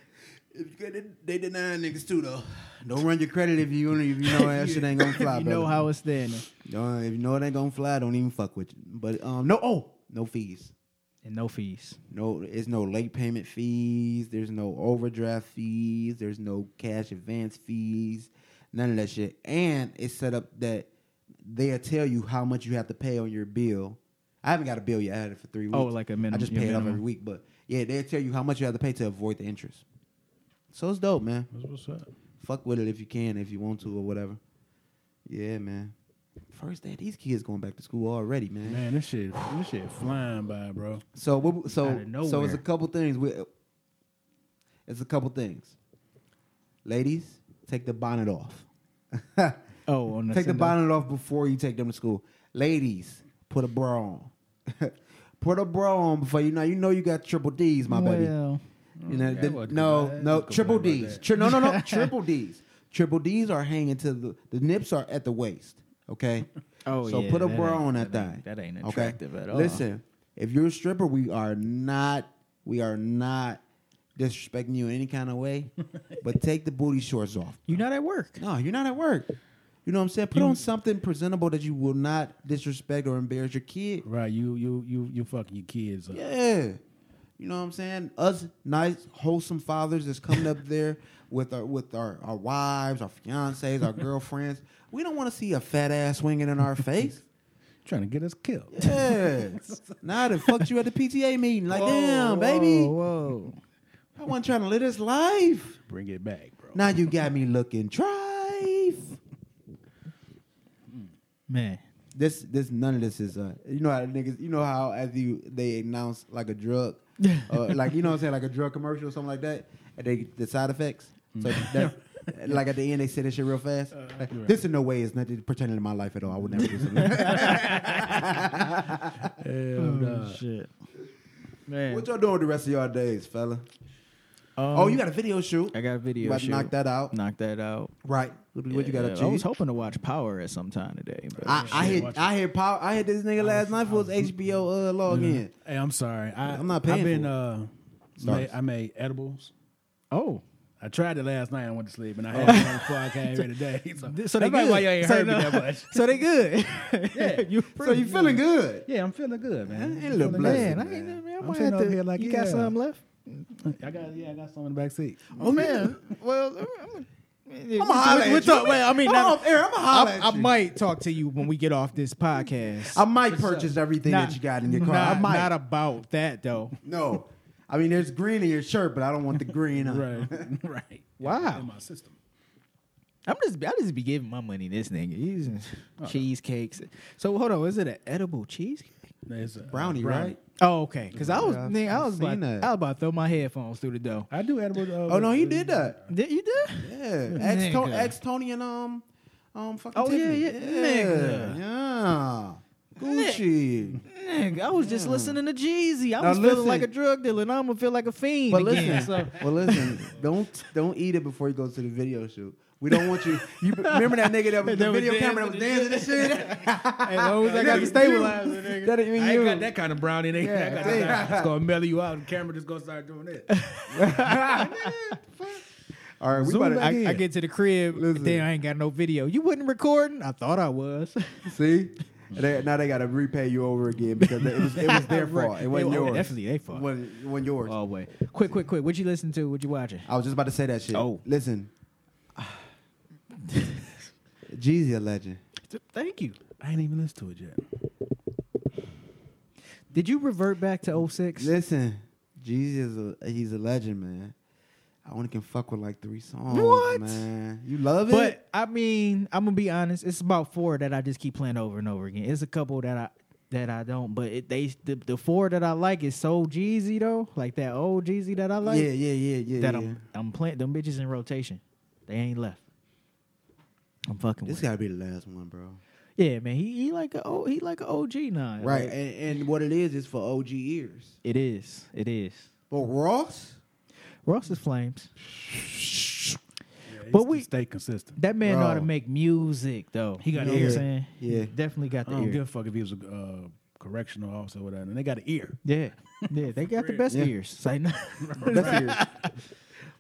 If you can, they deny niggas too though. Don't run your credit if you if you know that shit ain't gonna fly. you know brother. how it's standing. Don't- if you know it ain't gonna fly, don't even fuck with you. But um, no, oh, no fees. And no fees. No, it's no late payment fees. There's no overdraft fees. There's no cash advance fees. None of that shit. And it's set up that they'll tell you how much you have to pay on your bill. I haven't got a bill yet. I had it for three weeks. Oh, like a minimum- I just your pay it off minimum. every week. But yeah, they'll tell you how much you have to pay to avoid the interest. So it's dope, man. that's what's up. Fuck with it if you can, if you want to, or whatever. Yeah, man. First day, these kids going back to school already, man. Man, this shit, this shit flying by, bro. So what, so Outta so it's nowhere. a couple things. We, it's a couple things. Ladies, take the bonnet off. Oh, on the take the send-off. bonnet off before you take them to school. Ladies, put a bra on. put a bra on before you know. You know you got triple D's, my baby. Well, You Mm, know, Okay, I the- wasn't no, complaining. I no, wasn't triple complaining D's. about Tri- no, no, no, triple D's. Triple D's are hanging to the the nips are at the waist. Okay. Oh, So yeah, put a that bra ain't- on that, that thing. ain't- that ain't attractive at all. Listen, if you're a stripper, we are not we are not disrespecting you in any kind of way. but take the booty shorts off. You're not at work. No, you're not at work. You know what I'm saying? Put on something presentable that you will not disrespect or embarrass your kid. Right? You, you, you, you fucking your kids up. Yeah. You know what I'm saying? Us nice, wholesome fathers that's coming up there with our with our, our wives, our fiancées, our girlfriends. We don't want to see a fat ass swinging in our face. Trying to get us killed. Yeah. now they fucked you at the PTA meeting. Like, damn, baby. Whoa. I wasn't trying to live this life. Bring it back, bro. Now you got me looking trife. Man. This this none of this is uh you know how niggas you know how as you they announce like a drug uh, like you know what I'm saying like a drug commercial or something like that and they the side effects so Mm. that, like at the end they say this shit real fast Like, you're right. this in no way is nothing pertaining to my life at all I would never do something Hell Oh, nah. shit. Man. what y'all doing with the rest of y'all days fella Um, oh you got a video shoot I got a you video. about to knock shoot. that out Knock that out. right what, what you Ah, got Yeah, to I choose was hoping to watch Power at some time today, but I, I Yeah, hit watch it. I hit power I hit this nigga last night for his HBO uh, login. Hey, I'm sorry. I, I'm not paying I've been. for it. Uh, Sorry. made, I made edibles. oh, I tried it last night. I went to sleep, and I had it before I came here today. So, Th- that's so they probably good. why you ain't So heard no- me that much. so they good. Yeah. you So you feeling good? Yeah, I'm feeling good, man. Ain't a little Feeling blessed. good. man? I ain't man. man. I I'm might sitting have over to- here like, you got yeah. some left? I got yeah, I got some in the back seat. Oh man. well, I'm I'm gonna holler at you. wait, I mean, Come now- on, Aaron, I'm gonna holler I, at I you. might talk to you when we get off this podcast. I might purchase everything Not- that you got in your car. Not, I might. not about that though. no, I mean there's green in your shirt, but I don't want the green. uh, on. Right, right. Wow. In my system. I'm just I just be giving my money to this nigga. He's cheesecakes. So hold on, is it an edible cheesecake? No, It's a, Brownie, right? Oh, okay. Because I was, Yeah, nigga, I I've was seen about, that. I was about to throw my headphones through the door. I do edible. Uh, Oh no, he did that. Did you do? Yeah, ex Tony, Nigga. ex Tony and um, um, fucking Oh, yeah, Tiffany. yeah, nigga. yeah, Gucci. Nigga, I was just Yeah. listening to Jeezy. I Now was feeling listen. like a drug dealer, and I'm gonna feel like a fiend. But again, listen, so- well listen, don't don't eat it before you go to the video shoot. We don't want you. You remember that nigga that was the That was video camera that was dancing dancing and shit? as long as I got the Nigga, stabilizer, nigga. That ain't even I you. ain't got that kind of brownie. It ain't Yeah, I got see? that kind of- It's gonna mellow you out. The camera just gonna start doing it. All right, we Zoom about to back I- I, in. I get to the crib, Listen. then I ain't got no video. You wasn't recording? I thought I was. I- see. They, now they gotta repay you over again because it was, it was their fault. It wasn't Oh, yours. Definitely their fault. It wasn't, it wasn't yours. Always. Quick, quick, quick. What you listen to? What you watching? I was just about to say that shit. Oh. listen, Jeezy a legend. Thank you. I ain't even listened to it yet. Did you revert back to 06? Listen, Jesus, is a, he's a legend, man. I only can fuck with like three songs, What? man. You love it? But I mean, I'm gonna be honest. It's about four that I just keep playing over and over again. It's a couple that I that I don't, but it, they the, the four that I like is so Jeezy though, like that old Jeezy that I like. yeah, yeah, yeah, yeah. that yeah. I'm I'm playing them bitches in rotation. They ain't left. I'm fucking This with. gotta be the last one, bro. it. Yeah, man. He he like a O- he like a OG now. Right, Like, and, and what it is is for OG ears. it is. It is. But Ross, Ross is flames. Yeah, But it's- we- it's stay consistent. That man ought to Bro. make music though. He got you the know what ear. I'm saying? Yeah. He definitely got I the don't ear. give a fuck if he was a uh, correctional officer or whatever. And they got an ear. Yeah, yeah, they got the best Yeah. ears. It's Like, that's ears.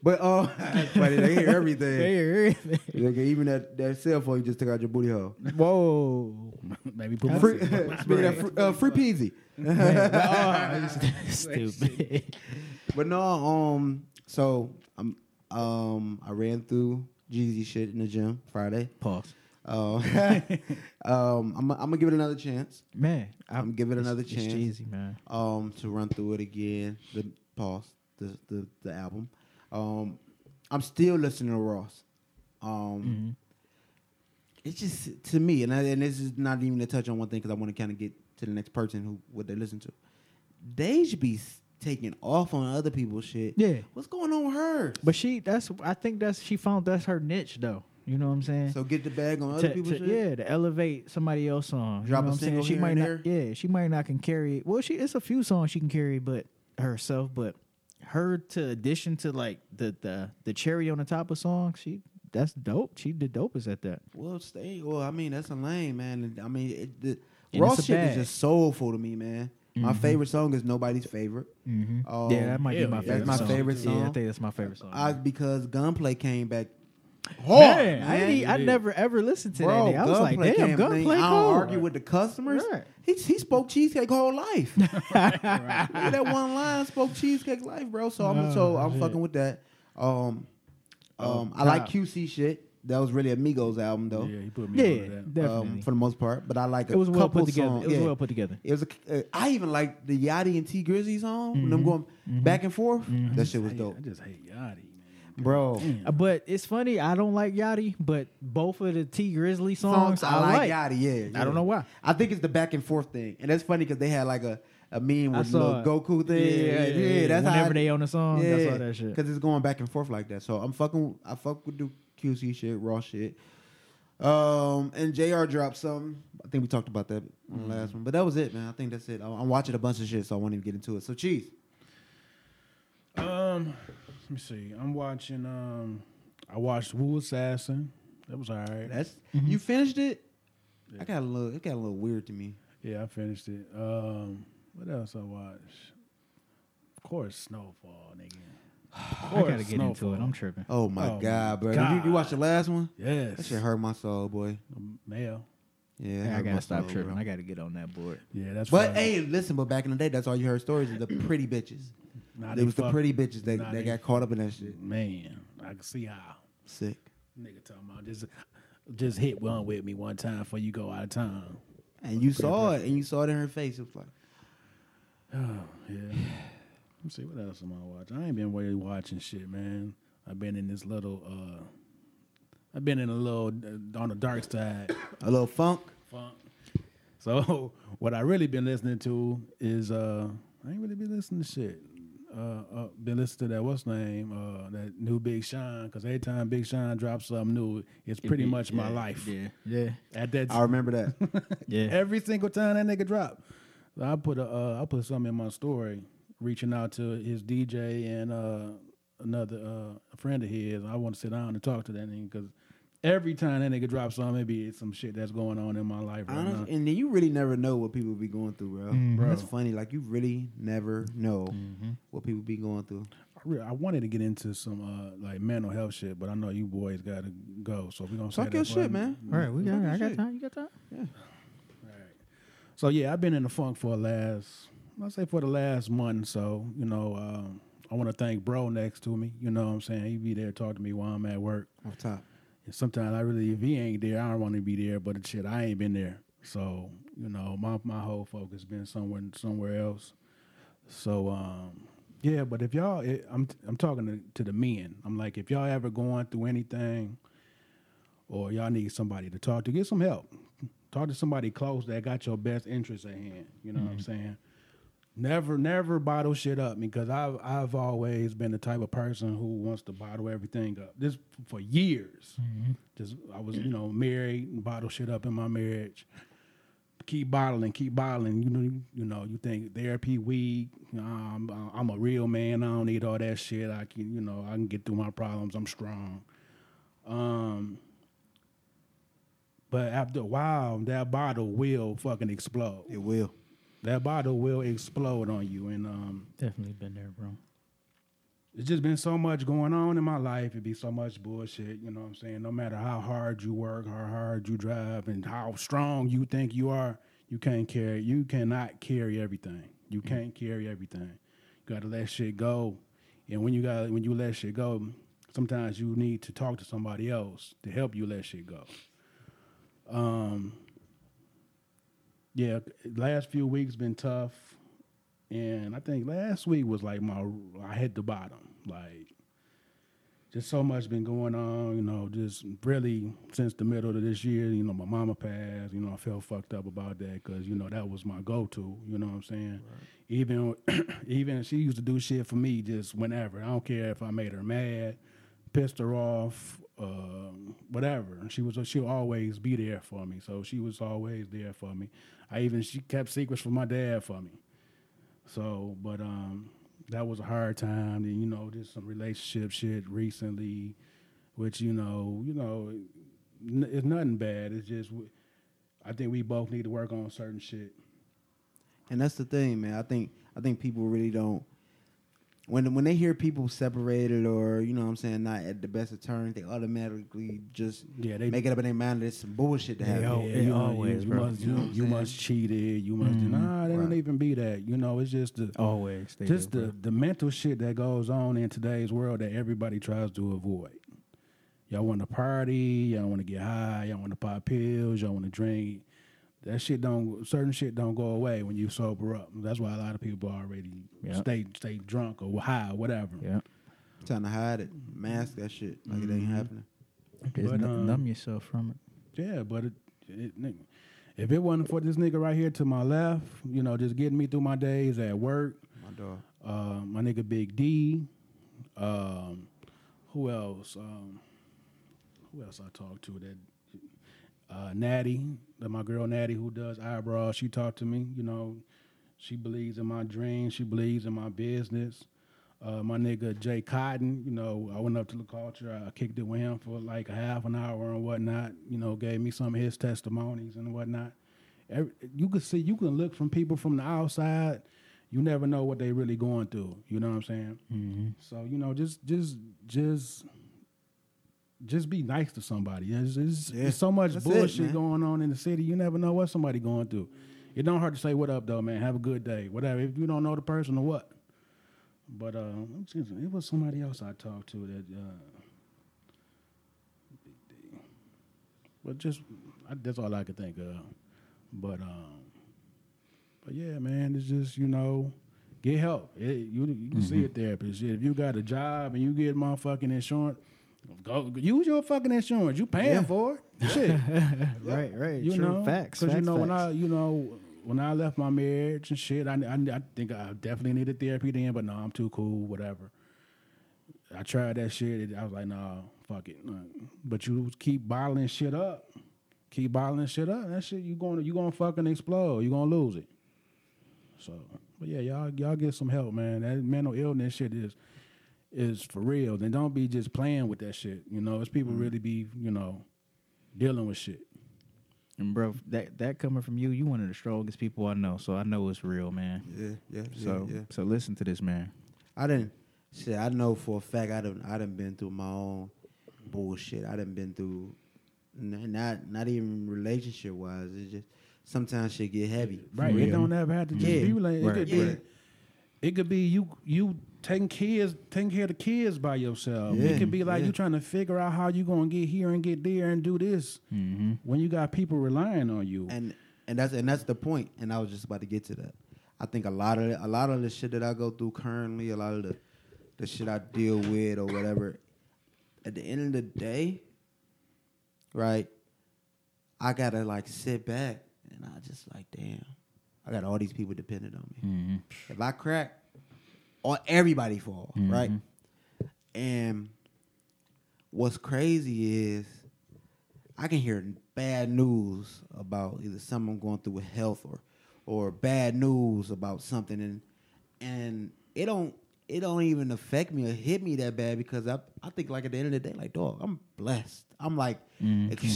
But uh, buddy, they hear they everything. hear everything. Nigga, even that, that cell phone you just took out your booty hole. Whoa. Maybe put my- Free, speaking of fr- uh, free peasy. Stupid. But no, um, so um, um, I ran through Jeezy shit in the gym Friday. Pause. Uh, um, I'm, I'm gonna give it another chance. Man, I'm gonna give it another it's, chance. It's Jeezy, man. Um, to run through it again. The pause. The the, the album. Um, I'm still listening to Ross. Um, Mm-hmm. it's just to me, and I, and this is not even to touch on one thing because I want to kind of get to the next person who what they listen to. They should be s- taking off on other people's shit. Yeah. what's going on with her? But she, that's, I think that's, she found that's her niche though. You know what I'm saying? So get the bag on other To- people's to- shit. yeah, to elevate somebody else Drop on. a you know what I'm single saying? She here might and not, yeah, she might not can carry. Well, she it's a few songs she can carry, but herself, but her to addition to like the the the cherry on the top of song, she that's dope. She the dopest at that. Well, stay. Well, I mean that's a lane, man. And, I mean it, the And raw it's a shit is bag. just soulful to me, man. My favorite song is nobody's favorite. Mm-hmm. Um, yeah, that might be hell my yeah. favorite. That's my song. favorite Yeah, I song. think that's my favorite song. I, because Gunplay came back. oh, man, I, man. ain't- I Yeah. never ever listened to Bro, that. Nigga. I was like, damn, came- gunplay. I cold. don't argue with the customers. Right. He, he spoke cheesecake whole life. Look at that one line spoke cheesecake life, bro. So I'm Oh, so I'm fucking with that. Um, um, I like QC shit. That was really Amigos album though. Yeah, he put me Yeah, yeah, that. definitely. Um, for the most part, but I like a it was well couple put together. songs. It was yeah. well put together. It was. A, uh, I even like the Yachty and T Grizzly song. when Mm-hmm. Them going back and forth. That shit was Hey, dope, I just hate Yachty, man. bro. Uh, But it's funny. I don't like Yachty, but both of the T Grizzly songs, Songs I like Yachty. Yeah, I don't yeah. know why. I think it's the back and forth thing, and that's funny because they had like a a meme I with saw little Goku it. thing. Yeah, that's whenever how I, they on the song. Yeah. I saw that shit. because it's going back and forth like that. So I'm fucking. I fuck with the QC shit, raw shit. Um, and Jr. dropped something. I think we talked about that on the Mm. last one, but that was it, man. I think that's it. I- I'm watching a bunch of shit, so I won't even get into it. So cheese. Um, let me see. I'm watching. Um, I watched Wu Assassin. That was all right. That's you finished it. I got a little. It got a little weird to me. yeah, I finished it. Um, what else I watched? Of course, Snowfall, nigga. Of I course, gotta get into it. Snowfall. I'm tripping. Oh my Oh my god, bro! You, you watched the last one? Yes. That shit hurt my soul, boy. Male. Yeah, it I hurt my gotta stop soul, tripping. bro. I gotta get on that board. Yeah, that's But right. hey, listen. But back in the day, that's all you heard stories of the pretty bitches. Nah, it was the fuck- pretty bitches that nah, that they- got caught up in that shit. Man, I can see how. Sick. Nigga talking about just just hit one with me one time before you go out of town. And you saw it, and you saw it in her face. It was like, Oh, yeah. Let me see what else am I watching. I ain't been really watching shit, man. I've been in this little uh I've been in a little uh, on the dark side a little funk. funk. So what I really been listening to is uh I ain't really been listening to shit. Uh, uh, been listening to that what's name uh, that new Big Sean because every time Big Sean drops something new, it's pretty be- much my yeah, life. Yeah. Yeah, At that I remember that. yeah. every single time that nigga drop, So I put a uh, I put something in my story, reaching out to his DJ and uh, another uh, friend of his. I want to sit down and talk to that nigga because every time that nigga drops something, maybe it's some shit that's going on in my life right now. Honest, and then you really never know what people be going through, bro. Bro. That's funny. Like you really never know what people be going through. I, re- I wanted to get into some uh, like mental health shit, but I know you boys got to go, so we gonna Talk save your that for- shit, man. All right, we got. I got Shit. time. You got time? So yeah, I've been in the funk for the last, let's say for the last month. So you know, um, I want to thank Bro next to me. You know what I'm saying? He be there talking to me while I'm at work. Off top. And sometimes I really, if he ain't there, I don't want to be there. But shit, I ain't been there. So you know, my my whole focus been somewhere somewhere else. So um, yeah, but if y'all, it, I'm I'm talking to, to the men. I'm like, if y'all ever going through anything, or y'all need somebody to talk to, get some help. Talk to somebody close that got your best interest at hand. You know what I'm saying? Never, never bottle shit up because I've I've always been the type of person who wants to bottle everything up. This for years. Just I was you know married and bottle shit up in my marriage. Keep bottling, keep bottling. You know, you know, you think therapy weak. Um, I'm a real man. I don't need all that shit. I can, you know, I can get through my problems. I'm strong. Um, but after a while, that bottle will fucking explode. It will. That bottle will explode on you. And um, Definitely been there, bro. it's just been so much going on in my life. It'd be so much bullshit. You know what I'm saying? No matter how hard you work, how hard you drive, and how strong you think you are, you can't carry. You cannot carry everything. You can't carry everything. You gotta let shit go. And when you got when you let shit go, sometimes you need to talk to somebody else to help you let shit go. Um. Yeah, last few weeks been tough and I think last week was like my I hit the bottom. Like just so much been going on, you know, just really since the middle of this year, you know, my mama passed, you know, I felt fucked up about that cuz you know that was my go-to, you know what I'm saying? Even even she used to do shit for me just whenever. I don't care if I made her mad, pissed her off, um, whatever. She was she'll always be there for me. So she was always there for me. I even she kept secrets from my dad for me. So, but um, that was a hard time. And you know, just some relationship shit recently, which you know, you know, n- it's nothing bad. It's just w- I think we both need to work on certain shit. And that's the thing, man. I think I think people really don't when when they hear people separated or you know what I'm saying not at the best of terms, they automatically just Yeah, they- make it up in their mind that it's some bullshit to Yeah, happen. yeah, it you know, always, you, bro. Must, You you, know what I'm you saying? Mm-hmm. must cheat it. You must. Nah, they don't Right. even be that. You know, it's just the Always. They just do, the, the mental shit that goes on in today's world that everybody tries to avoid. Y'all want to party, y'all want to get high, y'all want to pop pills, y'all want to drink. That shit don't certain shit don't go away when you sober up. That's why a lot of people already Yep. stay stay drunk or high, whatever. bro. Yeah. Trying to hide it, mask that shit like it Mm-hmm. ain't happening. Just But, nu- um, numb yourself from it. Yeah, but it, it, nigga, if it wasn't for this nigga right here to my left, you know, just getting me through my days at work, My dog. uh, my nigga Big D. Um, who else? Um, who else I talked to that? Uh, Natty, that my girl Natty, who does eyebrows, she talked to me. You know, she believes in my dreams. She believes in my business. Uh, my nigga Jay Cotton, you know, I went up to the culture. I kicked it with him for like a half an hour and whatnot. You know, gave me some of his testimonies and whatnot. Every, you can see, you can look from people from the outside. You never know what they really going through. You know what I'm saying? So you know, just just just just be nice to somebody. There's, there's, Yeah. there's so much That's it, bullshit man. going on in the city. You never know what somebody going through. It don't hurt to say what up though, man. Have a good day. Whatever. If you don't know the person or what. But uh, I'm just- it was somebody else I talked to that. Uh, Big D. but just I, that's all I could think of. But um, but yeah, man, it's just you know, get help. It- you you can see a therapist. If you got a job and you get motherfucking insurance, go use your fucking insurance. You paying for it? Shit Right, right. you true. know facts. because you facts, know when facts. i you know when I left my marriage and shit, I, I, I think I definitely needed therapy then, but no, I'm too cool, whatever. I tried that shit. I was like, nah, fuck it. Nah. But you keep bottling shit up, keep bottling shit up. That shit, you gonna you gonna fucking explode. You gonna lose it. So, but yeah, y'all y'all get some help, man. That mental illness shit is is for real. Then don't be just playing with that shit. You know, it's Mm. people really be you know dealing with shit. And bro, that that coming from you, you one of the strongest people I know, so I know it's real, man. Yeah, yeah, yeah, so yeah. so listen to this, man. I didn't. Shit, I know for a fact I done I done been through my own bullshit. I done been through n- not not even relationship wise. It's just sometimes shit get heavy. Right. It real. don't ever have to just Yeah. be related. Right, It could right. be it could be you you taking kids taking care of the kids by yourself. Yeah, It could be like yeah. you trying to figure out how you gonna get here and get there and do this Mm-hmm. when you got people relying on you. And and that's and that's the point. And I was just about to get to that. I think a lot of a lot of the shit that I go through currently, a lot of the the shit I deal with or whatever. At the end of the day, right? I gotta like sit back and I just like, damn, I got all these people dependent on Mm. me. Mm-hmm. If I crack, all everybody fall, right? And what's crazy is I can hear bad news about either someone going through with health or or bad news about something and and it don't it don't even affect me or hit me that bad because I I think like at the end of the day like dog I'm blessed I'm like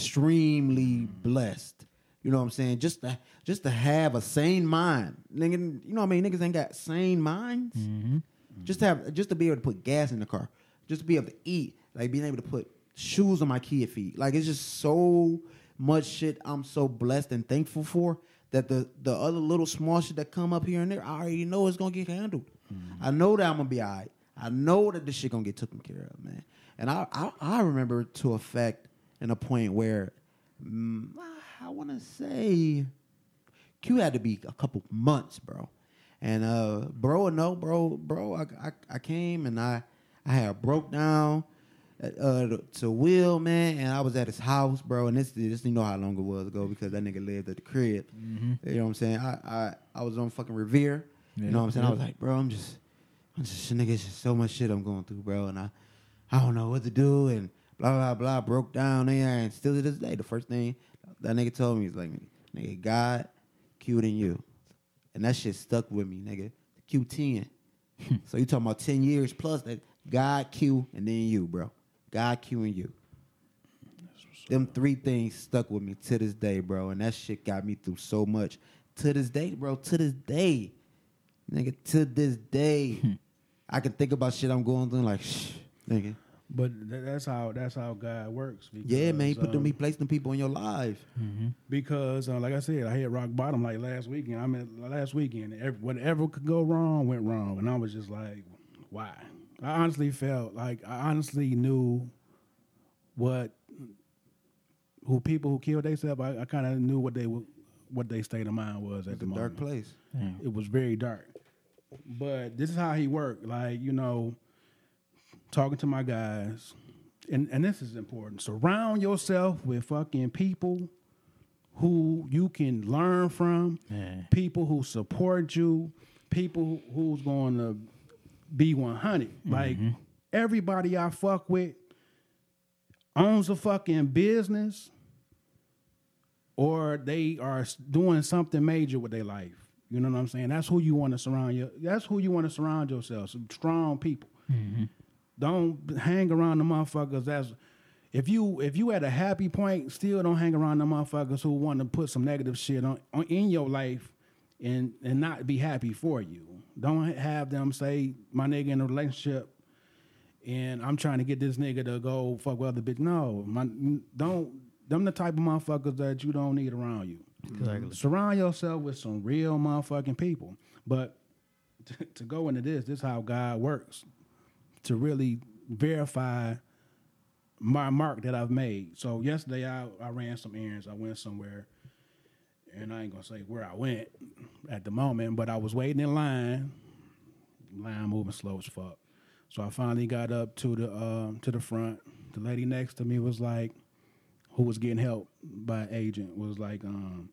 extremely blessed you know what I'm saying just to just to have a sane mind nigga you know what I mean niggas ain't got sane minds just to have just to be able to put gas in the car just to be able to eat like being able to put shoes on my kid feet like it's just so much shit i'm so blessed and thankful for that the the other little small shit that come up here and there i already know it's gonna get handled i know that i'm gonna be all right i know that this shit gonna get taken care of man and i i, I remember to a fact and a point where mm, i want to say Q had to be a couple months, bro. And uh, bro, no, bro, bro, I, I, I came and I, I had broke down uh, to Will, man, and I was at his house, bro. And this, this, you know how long it was ago because that nigga lived at the crib. You know what I'm saying? I, I, I was on fucking Revere. You know what I'm saying? I was like, bro, I'm just, I'm just, nigga, it's just so much shit I'm going through, bro. And I, I don't know what to do, and blah blah blah. Broke down there, and still to this day, the first thing that nigga told me is like, nigga, God cuter than you, and that shit stuck with me, nigga. Q ten. so you talking about ten years plus that God Q and then you, bro. God Q and you. Them three things stuck with me to this day, bro, and that shit got me through so much. To this day, bro. To this day, nigga. To this day, Hmm. I can think about shit I'm going through, and like, shh, nigga. but tha- that's how that's how God works. Yeah, man, he because, put them, um, he placed them people in your life. Hmm. because uh, like I said, I hit rock bottom like last weekend. I mean last weekend, ev whatever could go wrong went wrong, and I was just like, why? I honestly felt like I honestly knew what who people who killed themselves. I, I kind of knew what they were, what they state of mind was at The the dark moment. place. It was very dark. But this is how he worked. Like, you know, talking to my guys, and, and this is important. Surround yourself with fucking people who you can learn from, Yeah. people who support you, people who- who's going to be 100. Like, everybody I fuck with owns a fucking business or they are s- doing something major with their life. You know what I'm saying? That's who you want to surround your. That's who you want to surround yourself. Some strong people. Don't hang around the motherfuckers. That's if you if you at a happy point, still don't hang around the motherfuckers who want to put some negative shit on, on in your life and and not be happy for you. Don't ha- have them say my nigga in a relationship and I'm trying to get this nigga to go fuck with other bitch. No, my don't. Them the type of motherfuckers that you don't need around you. Mm-hmm. Surround yourself with some real motherfucking people. But to, to go into this, this is how God works. To really verify my mark that I've made. So yesterday I, I ran some errands. I went somewhere and I ain't gonna say where I went at the moment, but I was waiting in line. Line moving slow as fuck. So I finally got up to the um, to the front. The lady next to me was like, who was getting help by agent was like, um,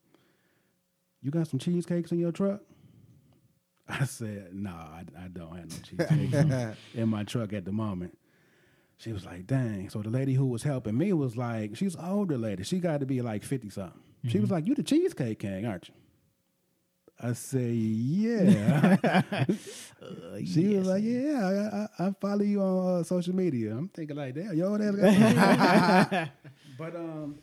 you got some cheesecakes in your truck? I said, no, I, I don't have no cheesecakes in my truck at the moment. She was like, dang. So the lady who was helping me was like, she's an older lady. She got to be like 50 something. She was like, you the cheesecake king, aren't you? I say, yeah. she was like, yeah, I, I, I follow you on uh, social media. I'm thinking like, damn, yo, that's But um,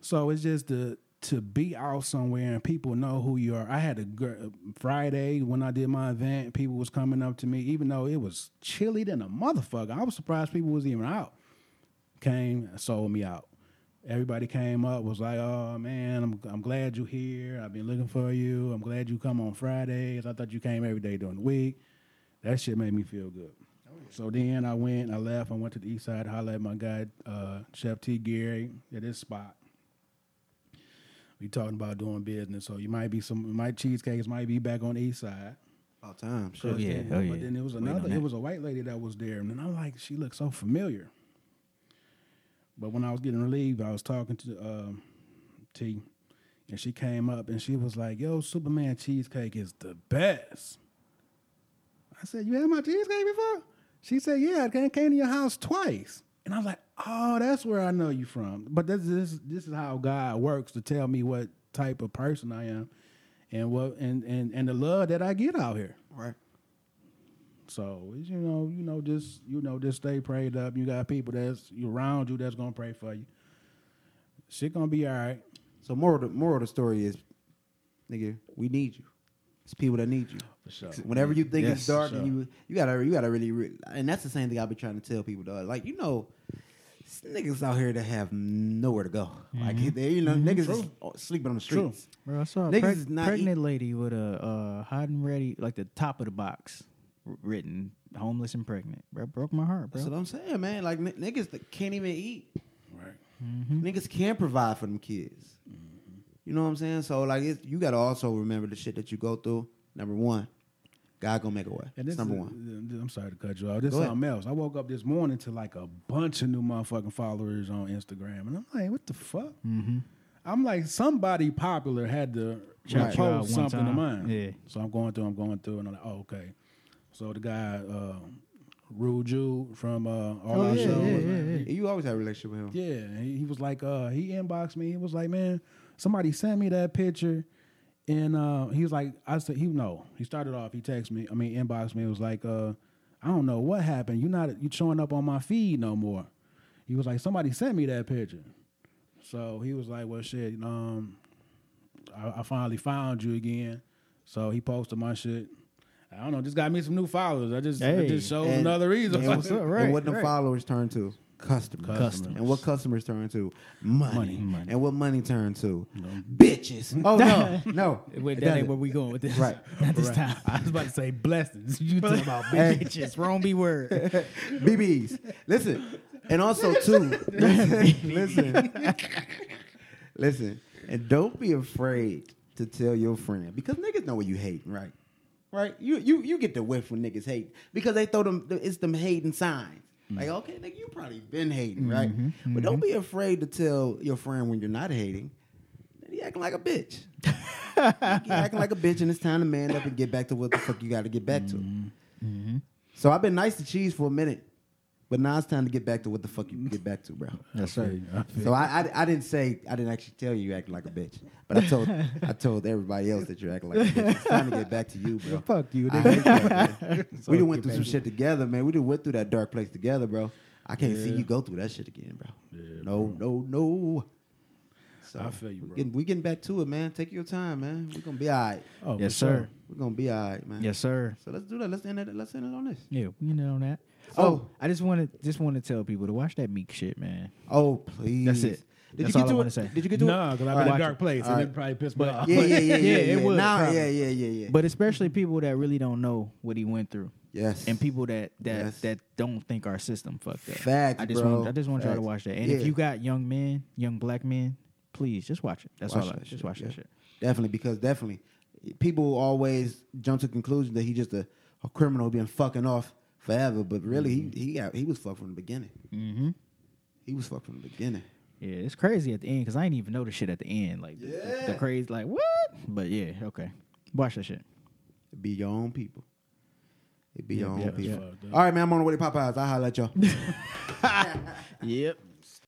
so it's just to to be out somewhere and people know who you are. I had a girl Friday when I did my event. People was coming up to me, even though it was chilly than a motherfucker. I was surprised people was even out. Came and sold me out. Everybody came up was like, "Oh man, I'm I'm glad you're here. I've been looking for you. I'm glad you come on Fridays. I thought you came every day during the week." That shit made me feel good. So then I went, I left, I went to the east side, hollered at my guy, uh, Chef T. Gary, at his spot. We talking about doing business, so you might be some, my cheesecakes might be back on the east side. About time. Shit. Oh, yeah. Then- Oh, yeah. But then it was Waiting on another, that. it was a white lady that was there, and then I'm like, she looked so familiar. But when I was getting relieved, I was talking to um, T, and she came up and she was like, "Yo, Superman cheesecake is the best." I said, "You had my cheesecake before?" She said, "Yeah, I came, came to your house twice." And I was like, "Oh, that's where I know you from." But this is this is how God works to tell me what type of person I am, and what and and and the love that I get out here. Right. So it's, you know, you know, just you know, just stay prayed up. You got people that's around you that's gonna pray for you. Shit gonna be all right. So moral the moral of the story is, nigga, we need you. It's people that need you. For sure. Whenever you think Yes, it's dark, sure. and you you gotta you gotta really, re- and that's the same thing I've been trying to tell people. Dog. Like you know, s- niggas out here that have nowhere to go. Like they, you know, niggas is sleeping on the Mm-hmm. True. streets. Bro, I saw a Niggas preg- is not pregnant lady with a uh, hot and ready, like the top of the box wr- written, homeless and pregnant. Bro, broke my heart, That's bro. what I'm saying, man. Like n- niggas that can't even eat. Right. Mm-hmm. Niggas can't provide for them kids. You know what I'm saying? So like, it's, you gotta also remember the shit that you go through. Number one, God gonna make a way. And That's this number is- one. th- I'm sorry to cut you off. This Go is ahead. something else. I woke up this morning to like a bunch of new motherfucking followers on Instagram, and I'm like, what the fuck? Mm-hmm. I'm like, somebody popular had to Shout you out one post something to time. mine. Yeah. So I'm going through. I'm going through, and I'm like, oh, okay. So the guy, uh, Rue Jude from uh, All Oh, Our yeah, Show, yeah, was yeah, like, yeah. You always have a relationship with him. Yeah, and he, he was like, uh, he inboxed me. He was like, man, somebody sent me that picture, and uh, he was like, I said, he no. He started off. He texted me. I mean, inboxed me. It was like, uh, I don't know what happened. You're not you showing up on my feed no more. He was like, somebody sent me that picture. So he was like, well, shit, um, I, I finally found you again. So he posted my shit. I don't know. Just got me some new followers. I just, I Hey. just showed And- another reason. And, up, and right, what the right. followers turn to? Customers. Customers. And what customers turn to? Money. Money. And what money turn to? Bitches. Oh no, no. Wait, that It ain't doesn't. where we going with this. Right. Not this Right. time. I was about to say blessings. You talking about Hey. Bitches, wrong B word. BBs. Listen, and also too, listen, listen, listen, and don't be afraid to tell your friend because niggas know what you hate, right? Right? You you you get the whiff when niggas hate because they throw them it's them hating signs. Like okay, nigga, you probably been hating, right? But don't be afraid to tell your friend when you're not hating. that He acting like a bitch. he acting like a bitch, and it's time to man up and get back to what the fuck you got to get back to. So I've been nice to cheese for a minute, but now it's time to get back to what the fuck you can get back to, bro. That's right. So I, I, I didn't say I didn't actually tell you you acting like a bitch, but I told I told everybody else that you're acting like a bitch. It's time to get back to you, bro. Fuck you, I hate that, man. we done went through some shit together, man. We done went through that dark place together, bro. I can't see you go through that shit again, bro. no, no, no. So I feel you, we bro. Getting, we getting back to it, man. Take your time, man. We're gonna be all right. Oh, yes, for sir. We're gonna be all right, man. Yes, sir. So let's do that. Let's end it. Let's end it on this. Yeah, we ended on that. So- oh, I just want to just want to tell people to watch that Meek shit, man. Oh, please. That's it. Did That's all you I get to wanna it? say. Did you get to No, it? All because I've right. been in a dark place, All and right. it probably pissed me off. Yeah, yeah, yeah, yeah, Yeah, yeah. it would, Now, probably. yeah, yeah, yeah, yeah. But especially people that really don't know what he went through, yes, and people that that Yes. that don't think our system fucked up. Facts, I just bro. want I just want y'all to Facts. watch that. And Yeah. if you got young men, young black men, please just watch it. That's Watch all. I, that just shit, watch yeah. that shit. definitely because definitely people always jump to conclusion that he just a, a criminal been fucking off forever, but really he he got, he was fucked from the beginning. Mm-hmm. He was fucked from the beginning. Yeah, it's crazy at the end because I didn't even know the shit at the end. Like the- the, Yeah. crazy, like what? But yeah, okay. Watch that shit. It be your own people. It be your own yeah, that's people. fucked up. All right, man. I'm on the way to Popeyes. I'll holler at y'all. Yep.